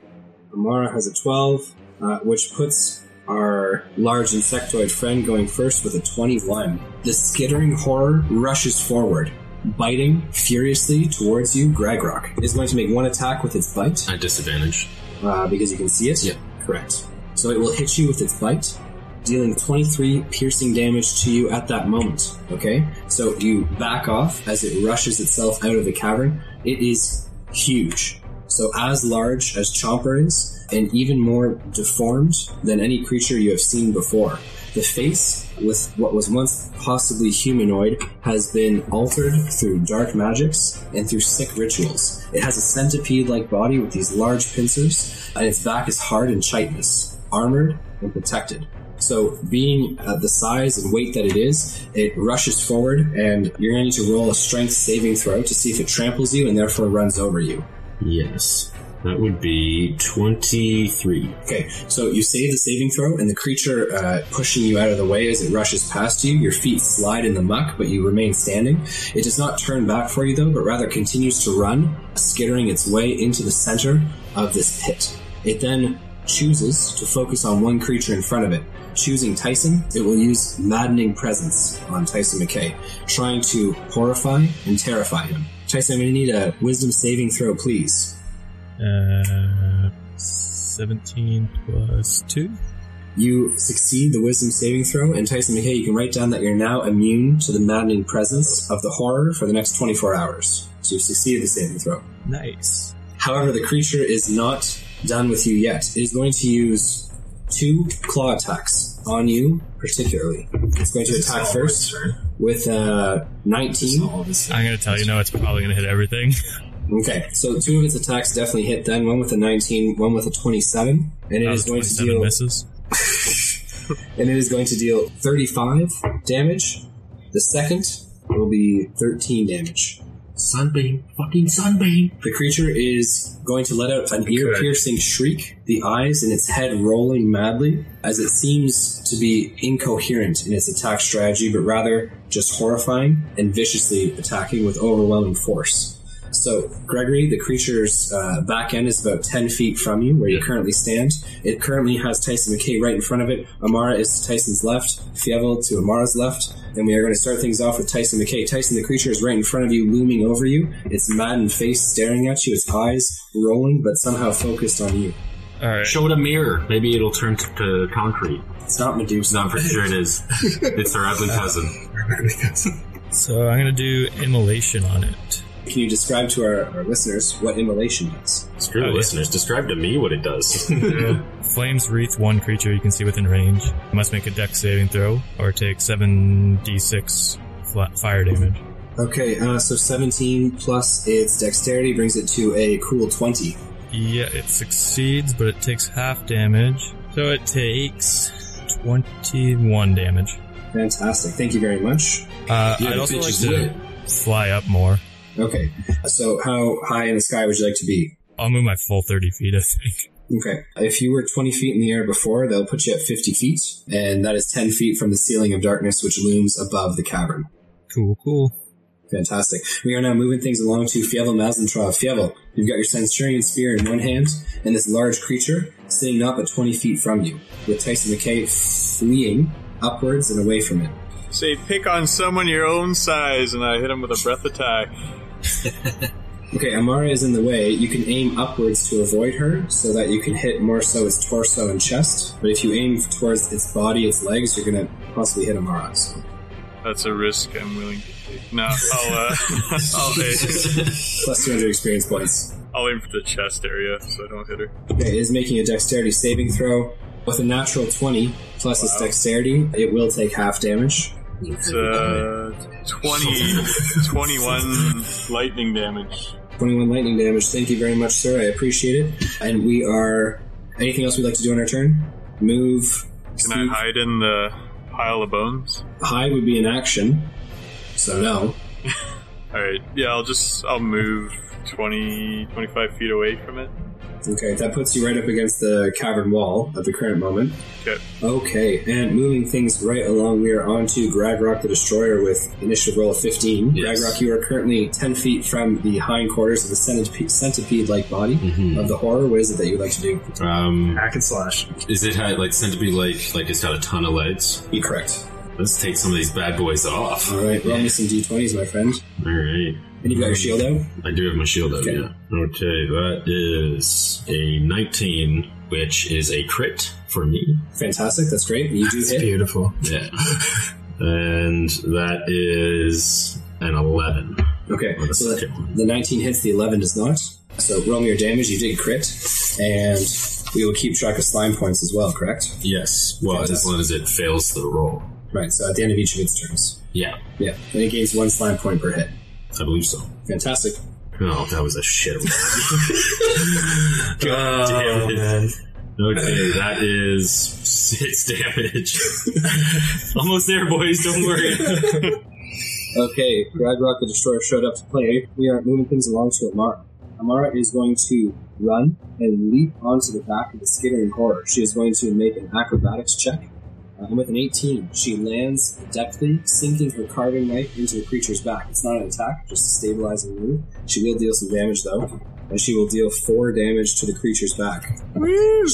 S1: Amara has a 12, uh, which puts our large insectoid friend going first with a 21. The skittering horror rushes forward, biting furiously towards you, Gregrock. It's going to make one attack with its bite
S3: At disadvantage.
S1: uh, because you can see it.
S3: Yep.
S1: Correct. So it will hit you with its bite, dealing 23 piercing damage to you at that moment. Okay? So you back off as it rushes itself out of the cavern. It is huge. So as large as Chomper is, and even more deformed than any creature you have seen before. The face, with what was once possibly humanoid, has been altered through dark magics and through sick rituals. It has a centipede like body with these large pincers, and its back is hard and chitinous, armored and protected. So, being uh, the size and weight that it is, it rushes forward, and you're going to need to roll a strength saving throw to see if it tramples you and therefore runs over you.
S3: Yes. That would be 23.
S1: Okay, so you save the saving throw, and the creature uh, pushing you out of the way as it rushes past you. Your feet slide in the muck, but you remain standing. It does not turn back for you, though, but rather continues to run, skittering its way into the center of this pit. It then chooses to focus on one creature in front of it. Choosing Tyson, it will use Maddening Presence on Tyson McKay, trying to horrify and terrify him. Tyson, I'm going to need a Wisdom saving throw, please.
S2: Uh, 17 plus 2.
S1: You succeed the wisdom saving throw, and Tyson McKay, you can write down that you're now immune to the maddening presence of the horror for the next 24 hours. So you've succeeded the saving throw.
S2: Nice.
S1: However, the creature is not done with you yet. It is going to use two claw attacks on you, particularly. It's going to attack first with uh, a 19.
S2: I'm going to tell you now it's probably going to hit everything.
S1: Okay, so two of its attacks definitely hit then one with a 19, one with a 27, and it
S2: Out
S1: is
S2: of
S1: going to
S2: 27
S1: deal.
S2: misses.
S1: and it is going to deal 35 damage. The second will be 13 damage.
S3: Sunbeam. Fucking sunbeam.
S1: The creature is going to let out an ear piercing shriek, the eyes and its head rolling madly, as it seems to be incoherent in its attack strategy, but rather just horrifying and viciously attacking with overwhelming force. So, Gregory, the creature's uh, back end is about 10 feet from you, where you currently stand. It currently has Tyson McKay right in front of it. Amara is to Tyson's left, Fievel to Amara's left, and we are going to start things off with Tyson McKay. Tyson, the creature, is right in front of you, looming over you. Its maddened face staring at you, its eyes rolling, but somehow focused on you.
S2: All right.
S3: Show it a mirror. Maybe it'll turn t- to concrete.
S1: It's not Medusa.
S3: Not for sure it is. It's her ugly cousin.
S2: So I'm going to do immolation on it.
S1: Can you describe to our, our listeners what immolation is?
S3: Screw the
S2: Oh, yeah.
S3: listeners. Describe to me what it does.
S2: Flames wreath one creature you can see within range. Must make a dex saving throw or take 7d6 fla- fire damage.
S1: Okay, uh, so 17 plus its dexterity brings it to a cool 20.
S2: Yeah, it succeeds, but it takes half damage. So it takes 21 damage.
S1: Fantastic. Thank you very much.
S2: Uh,
S3: Yeah,
S2: I'd
S3: the
S2: also
S3: pitch
S2: like
S3: is
S2: to
S3: lit.
S2: fly up more.
S1: Okay. So, how high in the sky would you like to be?
S2: I'll move my full 30 feet, I think.
S1: Okay. If you were 20 feet in the air before, they'll put you at 50 feet, and that is 10 feet from the ceiling of darkness which looms above the cavern.
S2: Cool, cool.
S1: Fantastic. We are now moving things along to Fievel Mazentrov. Fievel, you've got your Centurion spear in one hand, and this large creature sitting not but 20 feet from you, with Tyson McKay fleeing upwards and away from it.
S5: Say, pick on someone your own size, and I hit him with a breath attack.
S1: Okay, Amara is in the way. You can aim upwards to avoid her so that you can hit more so its torso and chest. But if you aim towards its body, its legs, you're going to possibly hit Amara. So
S5: That's a risk I'm willing to take. No, I'll, uh, I'll, aim,
S1: plus 200 experience points.
S5: I'll aim for the chest area so I don't hit her.
S1: Okay, it is making a dexterity saving throw. With a natural 20 plus its dexterity, it will take half damage.
S5: It's uh, 20, 21 lightning damage.
S1: 21 lightning damage. Thank you very much, sir. I appreciate it. And we are. Anything else we'd like to do on our turn? Move.
S5: Can I hide in the pile of bones?
S1: Hide would be an action. So no.
S5: Alright, yeah, I'll just, I'll move 20, 25 feet away from it.
S1: Okay, that puts you right up against the cavern wall at the current moment.
S5: Okay.
S1: Okay, and moving things right along, we are on to Gragrock the Destroyer with initiative roll of 15.
S3: Yes.
S1: Gragrock, you are currently 10 feet from the hindquarters of the centipede, centipede-like body
S3: Mhm.
S1: of the horror. What is it that you would like to do?
S3: Um,
S6: Hack and slash.
S3: is it how, like centipede like like it's got a ton of legs?
S1: Be correct.
S3: Let's take some of these bad boys off.
S1: All right, roll me some d20s, my friend.
S3: All right.
S1: And you've got your shield out?
S3: I do have my shield up,
S1: Okay.
S3: yeah. Okay, that is a 19, which is a crit for me.
S1: Fantastic. That's great. You do hit.
S6: Beautiful.
S3: Yeah. and that is an Oh, 11.
S1: Okay.
S3: on the
S1: So the,
S3: second one.
S1: the 19 hits, the 11 does not. So roll me your damage. You did crit. And we will keep track of slime points as well, correct?
S3: Yes. Well, as
S1: Fantastic.
S3: long as it fails the roll.
S1: Right. So at the end of each of its turns.
S3: Yeah,
S1: Yeah. And it gains one slime point per hit.
S3: I believe so.
S1: Fantastic.
S3: Oh, that was a shit roll.
S4: Oh, man.
S3: Okay, that is six damage. Almost there, boys. Don't worry.
S1: Okay. Ragrock the Destroyer showed up to play. We are moving things along to Amara. Amara is going to run and leap onto the back of the skittering horror. She is going to make an acrobatics check. Uh, and with an 18, she lands adeptly, sinking her carving knife into the creature's back. It's not an attack, just a stabilizing move. She will deal some damage, though, and she will deal 4 damage to the creature's back.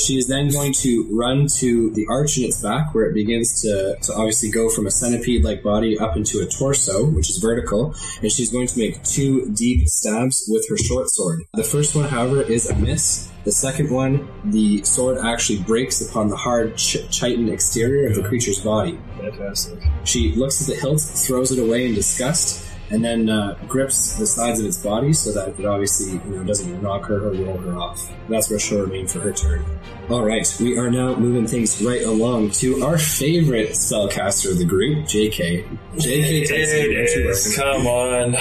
S1: She is then going to run to the arch in its back, where it begins to, to obviously go from a centipede like body up into a torso, which is vertical, and she's going to make two deep stabs with her short sword. The first one, however, is a miss. The second one, the sword actually breaks upon the hard, ch- chitined exterior of the creature's body.
S4: Fantastic.
S1: She looks at the hilt, throws it away in disgust, and then uh, grips the sides of its body so that it obviously you know, doesn't knock her or roll her off. That's where she'll remain for her turn. All right, we are now moving things right along to our favorite spellcaster of the group, JK. JK takes the
S4: It is.
S1: adventure
S4: Come on.
S1: weapon,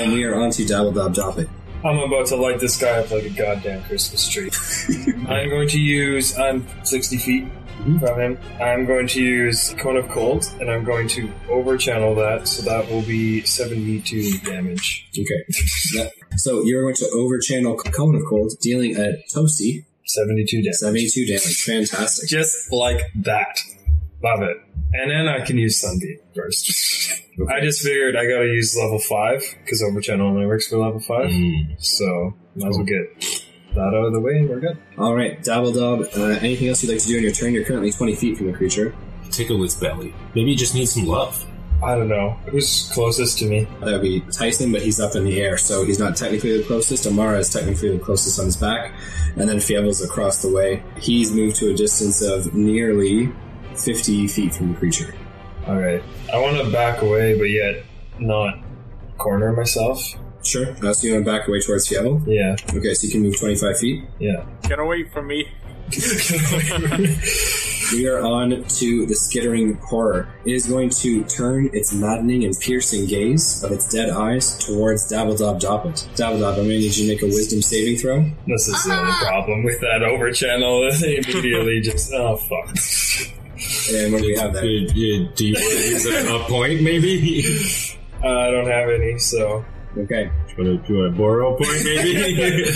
S1: and we are on to Dabble Dab Dop It.
S4: I'm about to light this guy up like a goddamn Christmas tree. I'm going to use. I'm 60 feet from him. I'm going to use Cone of Cold, and I'm going to overchannel that, so that will be 72 damage.
S1: Okay. Yeah. So you're going to overchannel Cone of Cold, dealing a Toasty
S4: 72 damage.
S1: 72 damage. Fantastic.
S4: Just like that. Love it. And then I can use Sunbeam first. I just figured I gotta use level 5, because overchannel only works for level 5.
S3: Mm.
S4: So, might as well get that out of the way, and we're good.
S1: All right, Dabble Dab, uh, anything else you'd like to do in your turn? You're currently 20 feet from the creature.
S3: Tickle its belly. Maybe you just need some love.
S4: I don't know. Who's closest to me?
S1: That would be Tyson, but he's up in the air, so he's not technically the closest. Amara is technically the closest on his back, and then Fievel's across the way. He's moved to a distance of nearly 50 feet from the creature.
S4: All right. I want to back away, but yet not corner myself.
S1: Sure. Uh, so you want to back away towards Fievel?
S4: Yeah.
S1: Okay, so you can move 25 feet.
S4: Yeah.
S5: Get away from me.
S1: We are on to the skittering horror. It is going to turn its maddening and piercing gaze of its dead eyes towards Dabbledob Doppet. Dabbledob, I'm going to need you to make a wisdom saving throw.
S4: this is the only problem with that over channel. They immediately just oh fuck.
S1: And when we have
S3: Do
S1: that,
S3: you- Uh, do you- do you- is that a point, maybe?
S4: Uh, I don't have any, so
S1: okay.
S3: Do you want to borrow a point, maybe?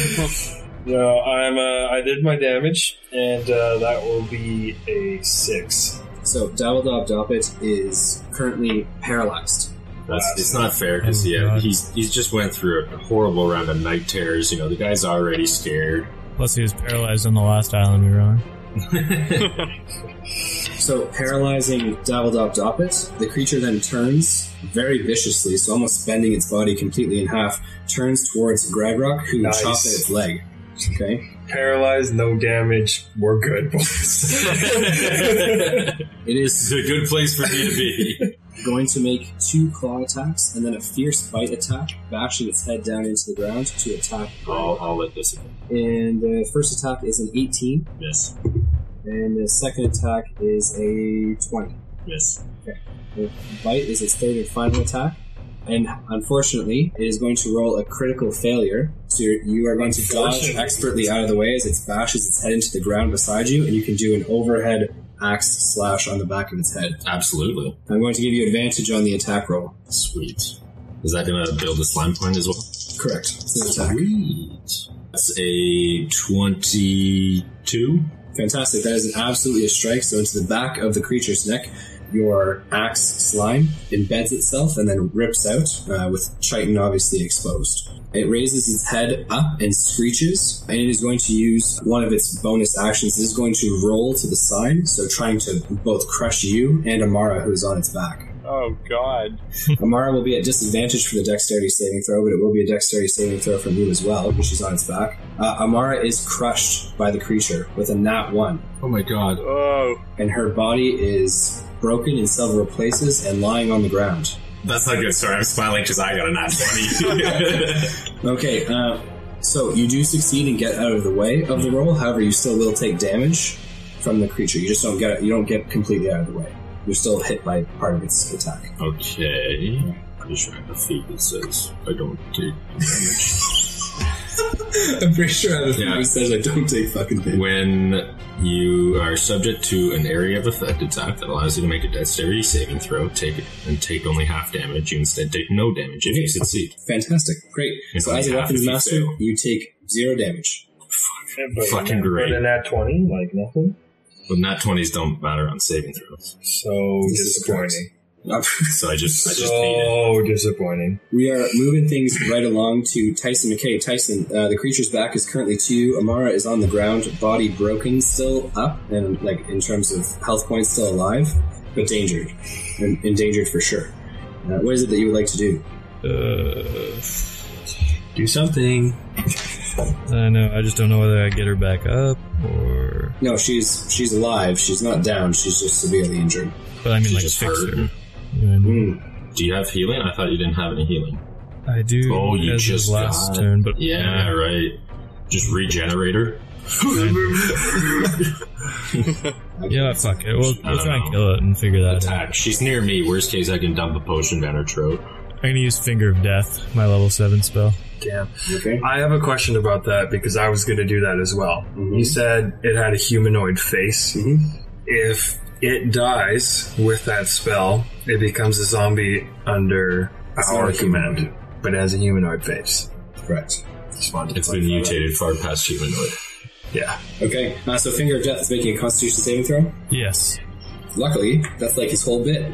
S4: no. I'm. Uh, I did my damage, and uh, that will be a six.
S1: So Dabbledob Doppet is currently paralyzed.
S3: That's, it's not fair because
S2: Oh,
S3: yeah,
S2: God.
S3: he's he's just went through a horrible round of night terrors. You know, the guy's already scared.
S2: Plus, he was paralyzed on the last island we were on.
S1: So paralyzing Dabbledob Doppet, the creature then turns very viciously, so almost bending its body completely in half, turns towards Gragrock, who
S4: Nice.
S1: chops at its leg. Okay.
S4: Paralyzed, no damage. We're good, boys.
S1: It is
S3: This is a good place for me to be.
S1: going to make two claw attacks and then a fierce bite attack, bashing its head down into the ground to attack.
S3: I'll, I'll let this go.
S1: And the first attack is an 18,
S3: miss,
S1: and the second attack is a 20.
S3: miss.
S1: The bite is its third and final attack, and unfortunately, it is going to roll a critical failure. So you're, you are going to dodge expertly out of the way as it bashes its head into the ground beside you, and you can do an overhead axe slash on the back of its head.
S3: Absolutely,
S1: I'm going to give you advantage on the attack roll.
S3: sweet. Is that gonna build a slime point as well?
S1: Correct. It's an attack.
S3: Sweet. That's a twenty-two.
S1: Fantastic. That is an absolutely a strike. So into the back of the creature's neck, your axe slime embeds itself and then rips out, uh, with Triton obviously exposed. It raises its head up and screeches, and it is going to use one of its bonus actions. It is going to roll to the side, so trying to both crush you and Amara, who is on its back.
S5: Oh God.
S1: Amara will be at disadvantage for the dexterity saving throw, but it will be a dexterity saving throw from you as well, because she's on its back. Uh, Amara is crushed by the creature with a nat one
S3: Oh my god!
S5: Oh,
S1: and her body is broken in several places and lying on the ground.
S3: That's not good. Sorry, I'm smiling because I got a nat twenty.
S1: Okay, uh, so you do succeed and get out of the way of the roll. However, you still will take damage from the creature. You just don't get you don't get completely out of the way. You're still hit by part of its attack.
S3: okay, pretty sure I have a feat that says I don't take
S1: I'm pretty sure
S3: the Yeah. thing
S1: says I don't take fucking
S3: When you are subject to an area of effect attack that allows you to make a dexterity saving throw, take it and take only half damage, you instead take no damage if you succeed.
S1: Fantastic, great.
S3: It's
S1: so as a
S3: only half if
S1: weapons
S3: you
S1: master,
S3: fail.
S1: you take zero damage.
S4: But-
S3: Fucking great.
S4: But in that twenty, like nothing.
S3: But nat twenties don't matter on saving throws,
S4: So
S1: This is
S4: disappointing.
S3: so I just I just need it.
S4: So disappointing.
S1: We are moving things right along to Tyson McKay. Tyson, uh, the creature's back is currently to you. Amara is on the ground, body broken, still up, and like in terms of health points, still alive, but endangered, and endangered for sure. Uh, what is it that you would like to do?
S2: Uh,
S3: Do something.
S2: I know. I just don't know whether I get her back up or.
S1: No, she's she's alive. She's not down. She's just severely injured.
S2: But I mean,
S3: She
S2: like
S3: just
S2: fix
S3: hurt.
S2: her. You know what I mean?
S3: Do you have healing? I thought you didn't have any healing.
S2: I do.
S3: Oh, you
S2: as of
S3: just
S2: last
S3: got-
S2: turn, but
S3: Yeah, right. Just regenerator.
S2: Yeah, fuck it. We'll,
S3: I
S2: we'll
S3: don't
S2: try
S3: know.
S2: and kill it and figure that out.
S3: Attack. She's near me. Worst case, I can dump a potion down her throat.
S2: I'm gonna use Finger of Death, my level seven spell.
S4: Damn.
S1: Okay.
S4: I have a question about that because I was going to do that as well. You said it had a humanoid face.
S1: Mhm.
S4: If it dies with that spell, it becomes a zombie under
S1: It's not
S4: our
S1: a humanoid.
S4: command, but it has a humanoid face.
S1: Correct.
S4: Just wanted to
S3: It's been
S4: clarify
S3: mutated far past humanoid.
S4: that. Yeah.
S1: Okay. Uh, so Finger of Death is making a Constitution saving throw.
S2: Yes.
S1: Luckily, that's like his whole bit.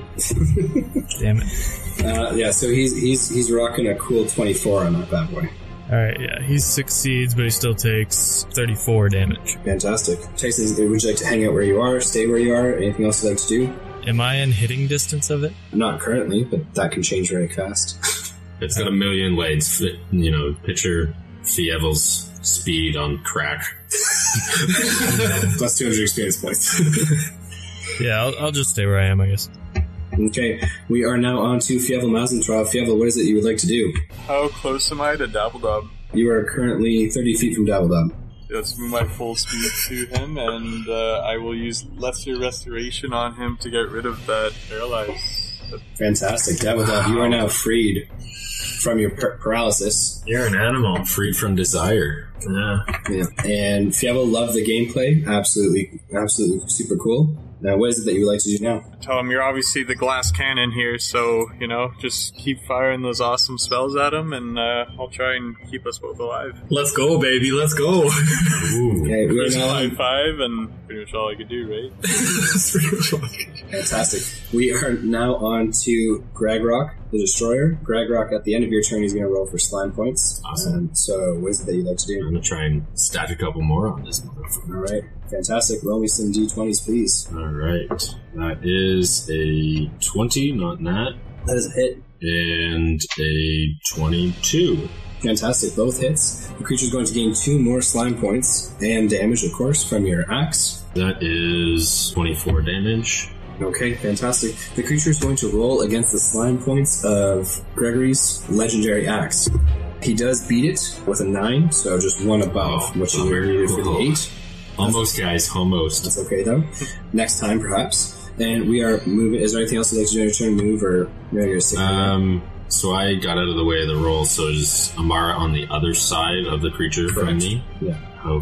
S2: Damn it.
S1: Uh, yeah. So he's he's he's rocking a cool twenty-four on that bad boy.
S2: All right. Yeah, he succeeds, but he still takes 34 damage.
S1: Fantastic. Tyson, would you like to hang out where you are, stay where you are? Anything else you'd like to do?
S2: Am I in hitting distance of it?
S1: Not currently, but that can change very fast.
S3: It's got a million legs. Fit- You know, picture Fievel's speed on crack.
S1: Plus 200 experience points.
S2: Yeah, I'll, I'll just stay where I am, I guess.
S1: okay, we are now on to Fievel Mazentrov. Fievel, what is it you would like to do?
S5: how close am I to Dabbledob?
S1: You are currently 30 feet from Dabbledub.
S5: Let's move my full speed to him, and uh, I will use Lesser Restoration on him to get rid of that paralyze.
S1: Fantastic. Dabbledub, you are now freed from your par- paralysis.
S4: You're an animal.
S3: Oh, Freed from desire.
S4: Yeah.
S1: Yeah. And Fievel loved the gameplay. Absolutely, absolutely super cool. Now, what is it that you would like to do now?
S5: Tell him you're obviously the glass cannon here, so, you know, just keep firing those awesome spells at him, and uh, I'll try and keep us both alive.
S6: Let's go, baby. Let's go.
S3: Ooh.
S1: Okay, we're
S5: There's
S1: now
S5: five, five, and pretty much all I could do, right?
S6: That's pretty much all I can do.
S1: fantastic. We are now on to Gragrock, the Destroyer. Gragrock, at the end of your turn, he's going to roll for slime points.
S3: Awesome.
S1: Um, so, what is it that you'd like to
S3: I'm
S1: do?
S3: gonna try and stack a couple more on this motherfucker.
S1: All right, fantastic. Roll me some d20s, please.
S3: All right, that is a twenty, not that,
S1: That is a hit.
S3: and a twenty-two.
S1: Fantastic, both hits. The creature's going to gain two more slime points and damage, of course, from your axe.
S3: That is twenty-four damage.
S1: Okay, fantastic. The creature is going to roll against the slime points of Gregory's legendary axe. He does beat it with a nine, so just one above,
S3: Oh,
S1: which is where he needed for the
S3: cool.
S1: eight.
S3: Almost, guys, almost.
S1: That's okay though. Next time, perhaps. And we are moving. Is there anything else you'd like to do in your turn? Move or no? You're sick.
S3: Um, so I got out of the way of the roll, so is Amara on the other side of the creature from
S1: Correct.
S3: me?
S1: Yeah.
S3: How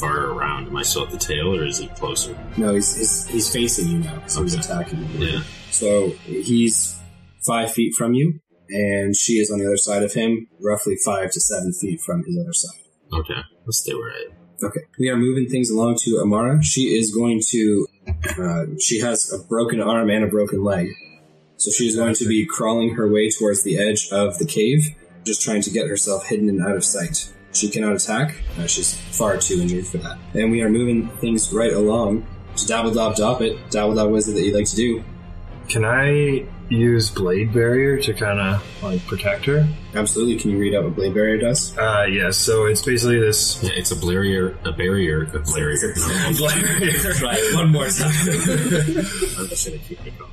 S3: far around? Am I still at the tail, or is he closer?
S1: no, he's, he's he's facing you now, so he's
S3: Okay.
S1: attacking you.
S3: Yeah.
S1: So he's five feet from you, and she is on the other side of him, roughly five to seven feet from his other side.
S3: Okay, let's stay where I am.
S1: Okay, we are moving things along to Amara. She is going to. Uh, she has a broken arm and a broken leg, so she is going to be crawling her way towards the edge of the cave, just trying to get herself hidden and out of sight. She cannot attack; uh, she's far too injured for that. And we are moving things right along to Dabble Dob Dop It. Dabble Dob, what is it that you'd like to do?
S4: Can I use Blade Barrier to kind of like protect her?
S1: Absolutely. Can you read out what Blade Barrier does?
S4: Uh, yeah, so it's basically this.
S3: Yeah, it's a barrier, a barrier, a barrier. No,
S1: Right, one more time.
S3: I'm just gonna keep it going.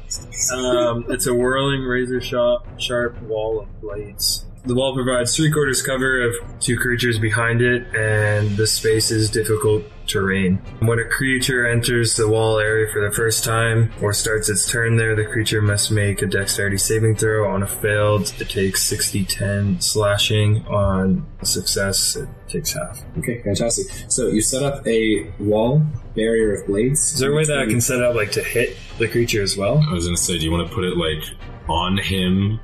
S4: Um, it's a whirling, razor sharp, sharp wall of blades. The wall provides three quarters cover of two creatures behind it, and the space is difficult terrain. When a creature enters the wall area for the first time or starts its turn there, the creature must make a dexterity saving throw. On a failed, it takes 60 10 slashing. On a success, it takes half.
S1: okay, fantastic. So you set up a wall barrier of blades.
S4: Is there a way that I can set up like to hit the creature as well?
S3: I was gonna say, do you want to put it like on him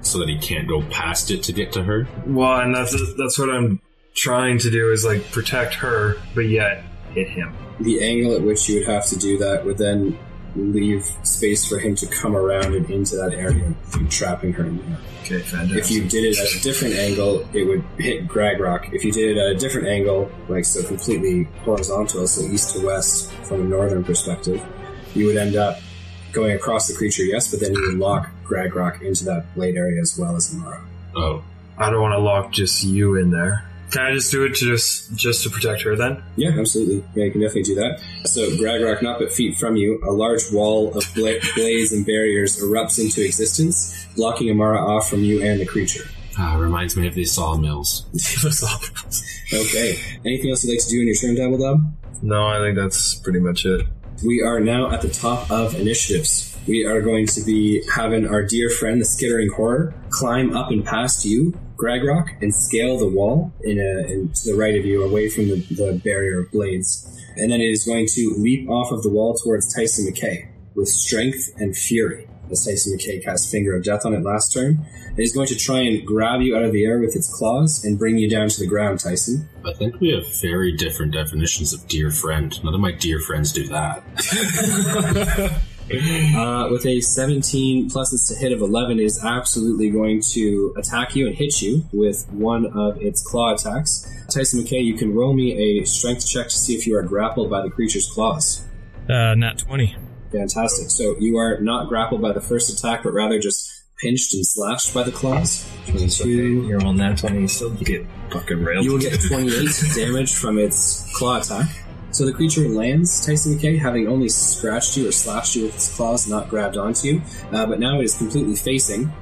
S3: so that he can't go past it to get to her?
S4: Well, and that's that's what I'm trying to do is like protect her, but yet hit him.
S1: the angle at which you would have to do that would then leave space for him to come around and into that area, trapping her in there.
S4: Okay,
S1: If you
S4: fantastic.
S1: did it at a different angle, it would hit Gragrock. If you did it at a different angle, like so completely horizontal, so east to west from a northern perspective, you would end up going across the creature, yes, but then you would lock Gragrock into that blade area as well as Mara.
S3: Oh,
S4: I don't want to lock just you in there. Can I just do it to just just to protect her then?
S1: Yeah, absolutely. Yeah, you can definitely do that. So, Gragrock, not but feet from you, a large wall of bla- blades and barriers erupts into existence, blocking Amara off from you and the creature.
S3: ah, reminds me of these sawmills.
S1: Okay. Anything else you'd like to do in your turn, Dabble Dab?
S4: No, I think that's pretty much it.
S1: We are now at the top of initiatives. We are going to be having our dear friend, the Skittering Horror, climb up and past you, Gragrock, and scale the wall in a, in, to the right of you, away from the, the barrier of blades. And then it is going to leap off of the wall towards Tyson McKay with strength and fury. As Tyson McKay casts Finger of Death on it last turn, it is going to try and grab you out of the air with its claws and bring you down to the ground, Tyson.
S3: I think we have very different definitions of dear friend. None of my dear friends do that.
S1: Uh, with a 17 plus it's a hit of 11 it is absolutely going to attack you and hit you with one of its claw attacks. Tyson McKay, you can roll me a strength check to see if you are grappled by the creature's claws.
S2: Uh, not 20.
S1: Fantastic. So you are not grappled by the first attack, but rather just pinched and slashed by the claws. Two.
S4: You're on that twenty, you still get fucking railed.
S1: You will get 28 damage from its claw attack. So the creature lands, Tyson McKay, having only scratched you or slashed you with its claws, not grabbed onto you. Uh, but now it is completely facing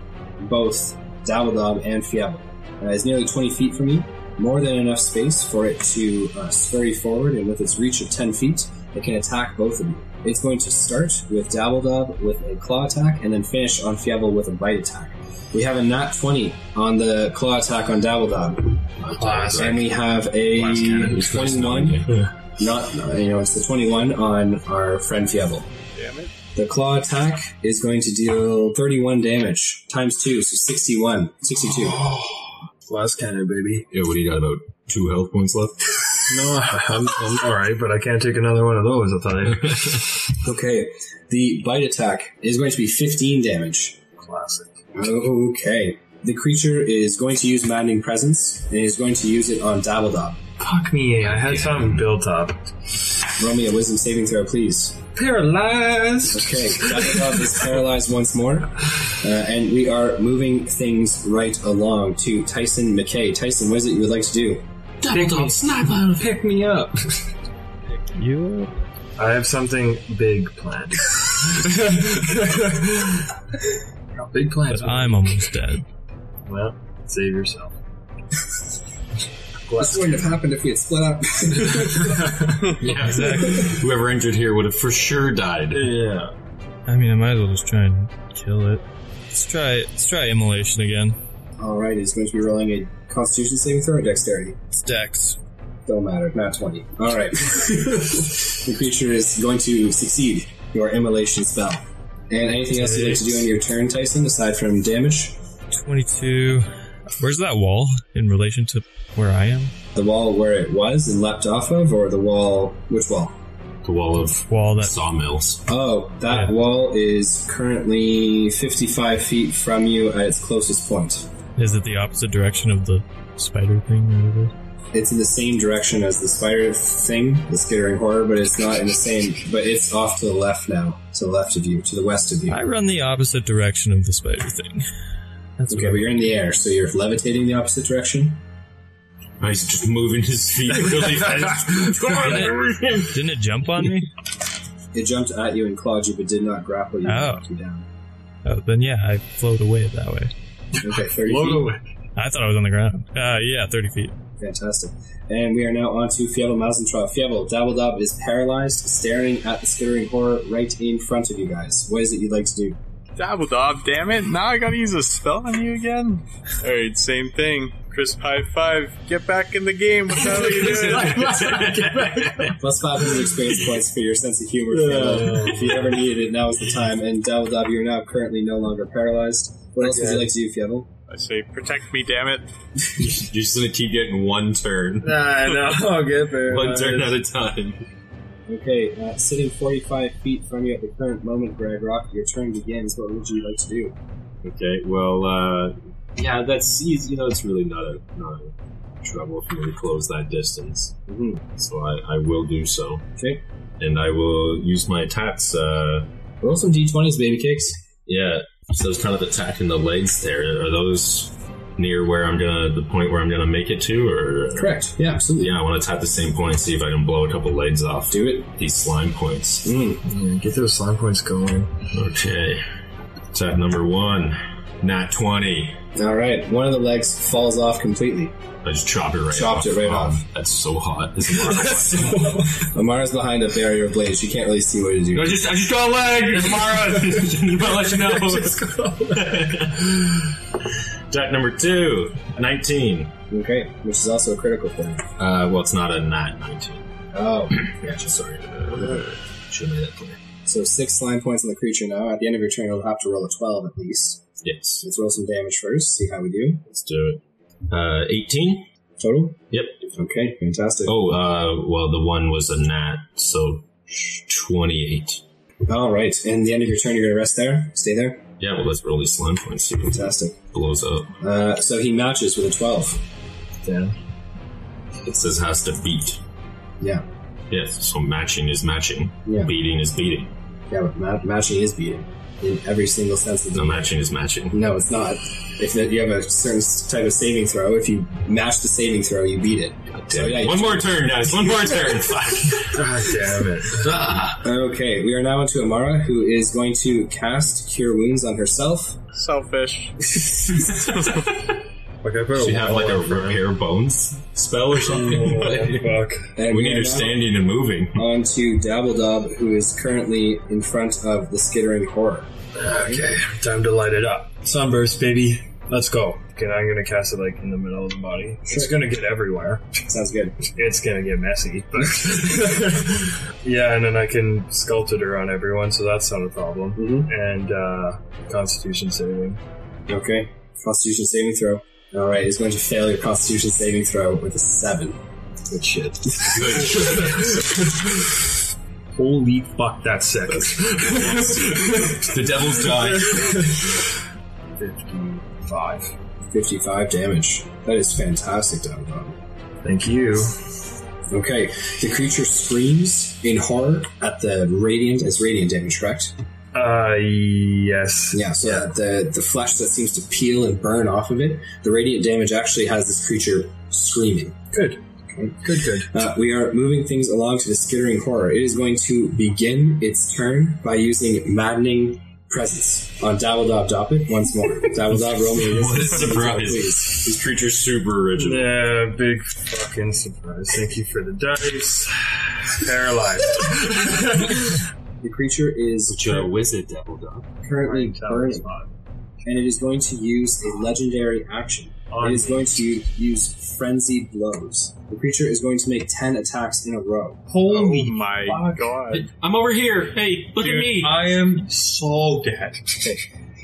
S1: both Dabbledob and Fiable. Uh, it's nearly 20 feet from you, more than enough space for it to uh, scurry forward, and with its reach of 10 feet, it can attack both of you. It's going to start with Dabbledob with a claw attack, and then finish on Fiable with a bite attack. We have a nat 20 on the claw attack on Dabbledob. And we have a
S3: Glass cannon.
S1: 21. Not, no, you know, it's the 21 on our friend Fievel.
S5: damn it.
S1: The claw attack is going to deal 31 damage times 2, so 61. 62.
S6: Last cannon, baby.
S3: Yeah, what do you got? About two health points left?
S4: No, I'm, I'm all right, but I can't take another one of those. I'll tell you.
S1: Okay. The bite attack is going to be 15 damage.
S4: Classic.
S1: Okay. The creature is going to use Maddening Presence and is going to use it on Dabbledob.
S4: Fuck me! I had something built up.
S1: Roll me a Wisdom saving throw, please.
S4: Paralyzed.
S1: Okay, Dabbledob is paralyzed once more. Uh, and we are moving things right along to Tyson McKay. Tyson, what is it you would like to do?
S4: Pick me, sniper. Pick me up.
S2: You
S4: I have something big planned. No, big plans.
S2: but I'm almost dead.
S4: Well, save yourself.
S1: This wouldn't have happened if we had split up.
S3: yeah, exactly. Whoever entered here would have for sure died.
S4: Yeah.
S2: I mean, I might as well just try and kill it. Let's try let's try immolation again.
S1: Alright, it's going to be rolling a Constitution saving throw or Dexterity?
S2: It's Dex.
S1: Don't matter, not 20. Alright. the creature is going to succeed your immolation spell. And anything else you'd like to do in your turn, Tyson, aside from damage?
S2: Twenty-two. Where's that wall in relation to where I am?
S1: The wall where it was and leapt off of, or the wall. Which wall?
S3: The wall of
S2: Wall that
S3: sawmills.
S1: Oh, that
S2: Yeah.
S1: wall is currently 55 feet from you at its closest point.
S2: is it the opposite direction of the spider thing or whatever?
S1: It's in the same direction as the spider thing, the skittering horror, but it's not in the same. But it's off to the left now, to the left of you, to the west of you.
S2: I run the opposite direction of the spider thing. That's
S1: Okay,
S2: what
S1: but you're in the air, so you're levitating the opposite direction.
S3: Oh, He's just moving his feet really fast.
S2: I- didn't it jump on me?
S1: It jumped at you and clawed you, but did not grapple you. and
S2: Oh.
S1: knock you down.
S2: Oh, then yeah, I float away that way.
S1: Okay, 30
S4: Float
S1: feet.
S4: away.
S2: I thought I was on the ground. Uh, yeah, 30 feet.
S1: Fantastic. And we are now on to Fievel Mazentrov. Fievel, Dabbledob is paralyzed, staring at the skittering horror right in front of you guys. What is it you'd like to do?
S5: Dabbledob, damn it. Now I gotta use a spell on you again. Alright, same thing. Crisp high five. Get back in the game. What the hell are you doing?
S1: Plus 500 experience points for your sense of humor, Fievel. If you ever needed it, now is the time. And Dabbledob, you're now currently no longer paralyzed. What else would you like to do, Fievel?
S5: I say, protect me, damn it.
S3: You're just gonna keep getting one turn.
S4: I know. I'll get there.
S3: One turn at a time.
S1: Okay, uh, sitting 45 feet from you at the current moment, Greg Rock, your turn begins. What would you like to do?
S3: Okay, well, uh, yeah, that's easy. You know, it's really not a, not a trouble for me to close that distance.
S1: Mhm.
S3: So I, I will do so.
S1: Okay.
S3: And I will use my attacks, uh,
S1: Roll some d20s, baby kicks.
S3: Yeah. So it's kind of attacking the legs there. Are those near where I'm gonna the point where I'm gonna make it to or
S1: Correct. Yeah, absolutely.
S3: Yeah, I wanna tap the same point and see if I can blow a couple legs off
S1: Do it.
S3: these slime points.
S1: Mm.
S4: Yeah, get those slime points going.
S3: Okay. Attack number one. Nat twenty.
S1: All right. One of the legs falls off completely.
S3: I just chop it right off.
S1: Chopped it right off.
S3: That's so hot. This is
S1: Amara's behind a barrier of blades. You can't really see what to do.
S3: just I just got a leg tomorrow. I'll let you know. Attack number two. Nineteen.
S1: Okay, which is also a critical thing.
S3: Uh well it's not a nat nineteen.
S1: Oh,
S3: Yeah, sorry. Uh, should have made that clear.
S1: so six slime points on the creature now. At the end of your turn, you'll have to roll a 12 at least.
S3: Yes,
S1: Let's roll some damage first, see how we do.
S3: let's do it. Uh, 18?
S1: Total?
S3: Yep.
S1: Okay, fantastic.
S3: Oh, uh, well, the one was a nat, so 28.
S1: All right, and the end of your turn, you're going to rest there? Stay there?
S3: Yeah, well, let's roll these slime points, see if it
S1: Fantastic.
S3: blows up.
S1: Uh, so he matches with a 12.
S3: It says has to beat.
S1: Yeah.
S3: Yes, so matching is matching.
S1: Yeah.
S3: Beating is beating.
S1: Yeah, but ma- matching is beating in every single sense of the.
S3: No, matching is matching.
S1: No, it's not. If that- you have a certain s- type of saving throw, if you match the saving throw, you beat it.
S3: God
S1: So,
S3: damn
S1: yeah,
S3: it.
S1: you-
S3: One more turn, guys. One more turn. Fuck.
S4: God damn it.
S3: Ah.
S1: Okay, we are now onto Amara, who is going to cast Cure Wounds on herself.
S5: Selfish.
S4: Like I put
S3: Does
S4: a
S3: she have
S4: wall
S3: like a
S4: up for him.
S3: repair bones spell or something?
S4: Oh, fuck.
S1: And
S3: we need
S1: are
S3: her
S1: now
S3: standing and moving.
S1: On to Dabbledob, who is currently in front of the Skittering Horror.
S4: Okay, time to light it up. Sunburst, baby. Let's go. Can I'm gonna cast it like in the middle of the body. It's
S1: Sure.
S4: gonna get everywhere.
S1: Sounds good.
S4: It's gonna get messy. But yeah, and then I can sculpt it around everyone, so that's not a problem.
S1: Mm-hmm.
S4: And uh, Constitution saving.
S1: Okay. Constitution saving throw. All right, he's going to fail your Constitution saving throw with a seven.
S4: Good shit.
S3: the
S4: Holy fuck, that's sick.
S3: devil's die.
S4: Fifty-five.
S1: Fifty-five damage. That is fantastic, Donovan.
S4: Thank you.
S1: Okay. The creature screams in horror at the radiant. It's radiant damage, correct?
S4: Uh, yes.
S1: Yeah. So that the the flesh that seems to peel and burn off of it, the radiant damage actually has this creature screaming.
S4: Good. Good, good.
S1: Uh, we are moving things along to the skittering horror. It is going to begin its turn by using maddening presence on Dabbledob Doppet once more. Dabbledob, roll me
S3: What a
S1: resistance saving throw,
S3: surprise.
S1: please.
S3: This creature's super original.
S4: Yeah, big fucking surprise. Thank you for the dice. Paralyzed.
S1: The creature is
S3: Joe, wizard devil dog.
S1: currently
S4: Tower
S1: burning,
S4: spot.
S1: and it is going to use a legendary action. It is going to use frenzied blows. The creature is going to make ten attacks in a row.
S5: oh my god.
S3: I'm over here. Hey, look at me.
S4: I am so dead.
S1: It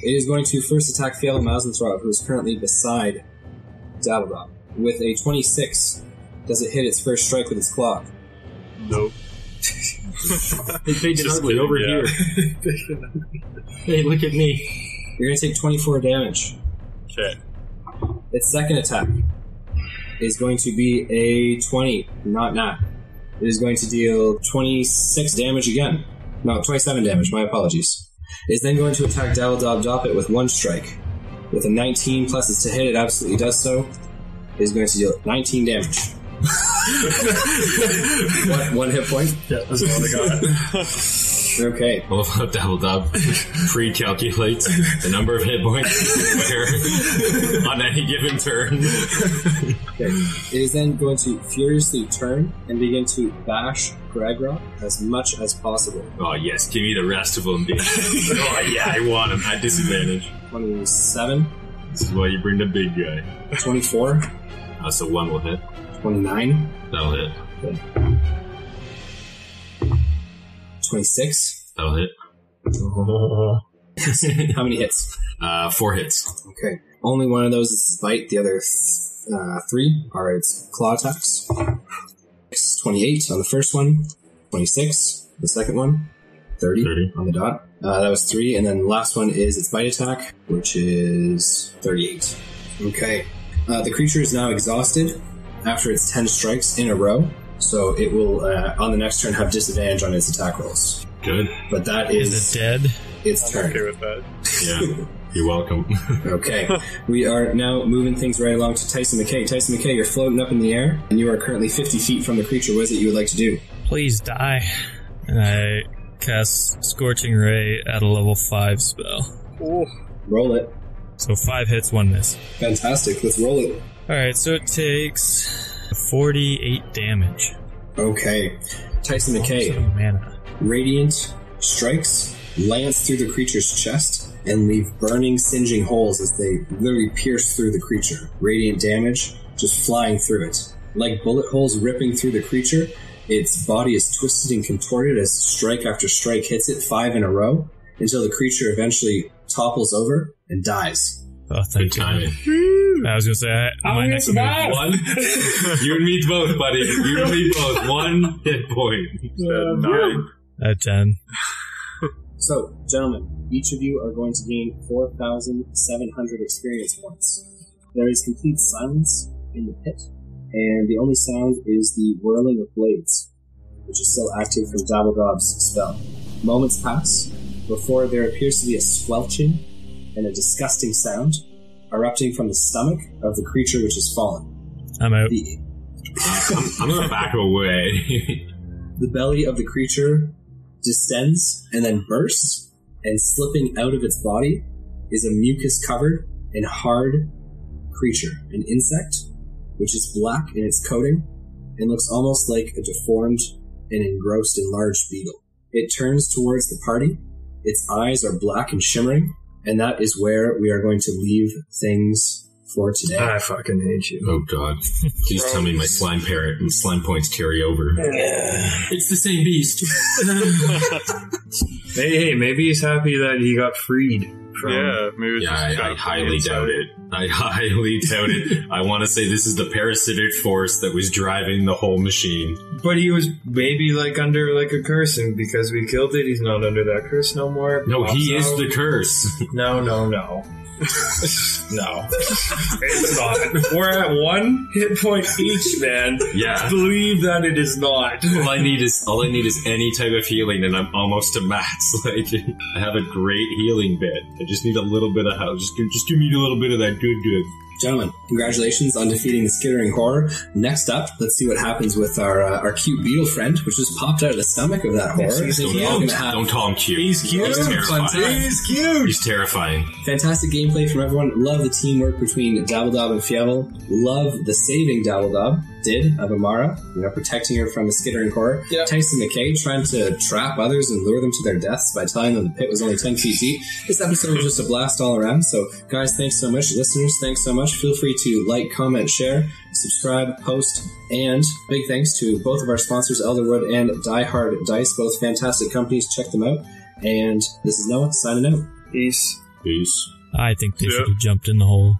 S1: is going to first attack Fail Mazenthrob, who is currently beside Dabbledob. With a 26, does it hit its first strike with its claw?
S5: Nope.
S3: Hey, Paige and
S5: Just
S3: Ugly,
S5: kidding,
S3: over
S5: yeah.
S3: here. Hey, look at me.
S1: You're going to take 24 damage.
S5: Okay.
S1: Its second attack is going to be a 20, not nat. It is going to deal 26 damage again. No, 27 damage, my apologies. It is then going to attack Dabbledob Doppet with one strike. With a 19 plus its to hit, it absolutely does so. It is going to deal 19 damage. one, one hit point?
S4: Yeah, that's all I got.
S1: Okay.
S3: I love how Devil Dub pre-calculates the number of hit points where on any given turn.
S1: It is then going to furiously turn and begin to bash Gregrock as much as possible.
S3: Oh yes, give me the rest of them, dude. oh yeah, I want them at disadvantage.
S1: 27,
S3: This is why you bring the big guy.
S1: 24,
S3: Uh, so one will hit.
S1: 29,
S3: That'll hit.
S1: 26.
S3: That'll hit.
S1: How many hits?
S3: Uh, four hits.
S1: Okay. Only one of those is bite. The other uh, three are its claw attacks. It's 28 on the first one, 26 the second one, 30,
S3: 30.
S1: on the dot. Uh, that was three, and then the last one is its bite attack, which is 38. Okay. Uh, the creature is now exhausted after its 10 strikes in a row, so it will, uh, on the next turn, have disadvantage on its attack rolls.
S3: Good.
S1: But that
S2: Is
S1: is
S2: it dead?
S1: its
S5: I'm
S1: turn.
S5: okay with that.
S3: Yeah. You're welcome.
S1: Okay, we are now moving things right along to Tyson McKay. Tyson McKay, you're floating up in the air, and you are currently 50 feet from the creature. What is it you would like to do?
S2: Please die. And I cast Scorching Ray at a level 5 spell.
S5: Oh,
S1: Roll it.
S2: So 5 hits, 1 miss.
S1: Fantastic. Let's roll it.
S2: Alright, so it takes 48 damage.
S1: Okay, Tyson McKay.
S2: Also mana.
S1: Radiant strikes lance through the creature's chest and leave burning, singeing holes as they literally pierce through the creature. Radiant damage just flying through it. Like bullet holes ripping through the creature, its body is twisted and contorted as strike after strike hits it, five in a row, until the creature eventually topples over and dies.
S2: Oh,
S3: Good
S2: thank you.
S3: timing.
S2: I was gonna say, I, my next move-
S3: One. you and me both, buddy. You and me both. One hit point. Uh,
S5: said nine.
S2: at 10.
S1: So, gentlemen, each of you are going to gain 4,700 experience points. There is complete silence in the pit, and the only sound is the whirling of blades, which is still active from Dabbledob's spell. Moments pass before there appears to be a squelching and a disgusting sound erupting from the stomach of the creature which has fallen.
S2: I'm out.
S1: The
S3: I'm, I'm gonna back away.
S1: The belly of the creature distends and then bursts, and slipping out of its body is a mucus covered and hard creature, an insect, which is black in its coating and looks almost like a deformed and engrossed enlarged beetle. It turns towards the party, its eyes are black and shimmering, and that is where we are going to leave things for today.
S4: I fucking hate you.
S3: Oh god. Please tell me my slime parrot and slime points carry over. It's the same beast.
S4: Hey, hey, maybe he's happy that he got freed. From,
S5: yeah, maybe it's
S3: Yeah,
S5: just
S3: I, I
S5: trapped
S3: highly
S5: inside.
S3: doubt it. I highly doubt it. I want to say this is the parasitic force that was driving the whole machine.
S4: But he was maybe like under like a curse, and because we killed it, he's not under that curse no more.
S3: No, he
S4: Pops
S3: is
S4: out.
S3: the curse.
S4: No, no, no. no. It's not. We're at one hit point each, man.
S3: yeah.
S4: Believe that it is not.
S3: All I need is all I need is any type of healing, and I'm almost to max. Like I have a great healing bit. I just need a little bit of help. Just give, just give me a little bit of that good good.
S1: Gentlemen, congratulations on defeating the skittering horror. Next up, let's see what happens with our uh, our cute beetle friend, which just popped out of the stomach of that horror.
S4: he's
S1: He's
S3: Don't,
S1: gonna
S3: don't,
S1: have-
S3: don't call him cute. He's
S1: cute.
S3: He's terrifying.
S1: He's cute.
S3: He's terrifying.
S1: Fantastic gameplay from everyone. Love the teamwork between Dabbledob and Fievel. Love the saving Dabbledob did of Amara, you know, protecting her from a skittering horror.
S6: Yeah.
S1: Tyson McKay trying to trap others and lure them to their deaths by telling them the pit was only 10 feet deep. This episode was just a blast all around. So, guys, thanks so much. Listeners, thanks so much. Feel free to like, comment, share, subscribe, post, and big thanks to both of our sponsors, Elderwood and Die Hard Dice, both fantastic companies. Check them out. And this is Noah signing out.
S4: Peace.
S3: Peace.
S2: I think they
S5: Yeah.
S2: should have jumped in the hole.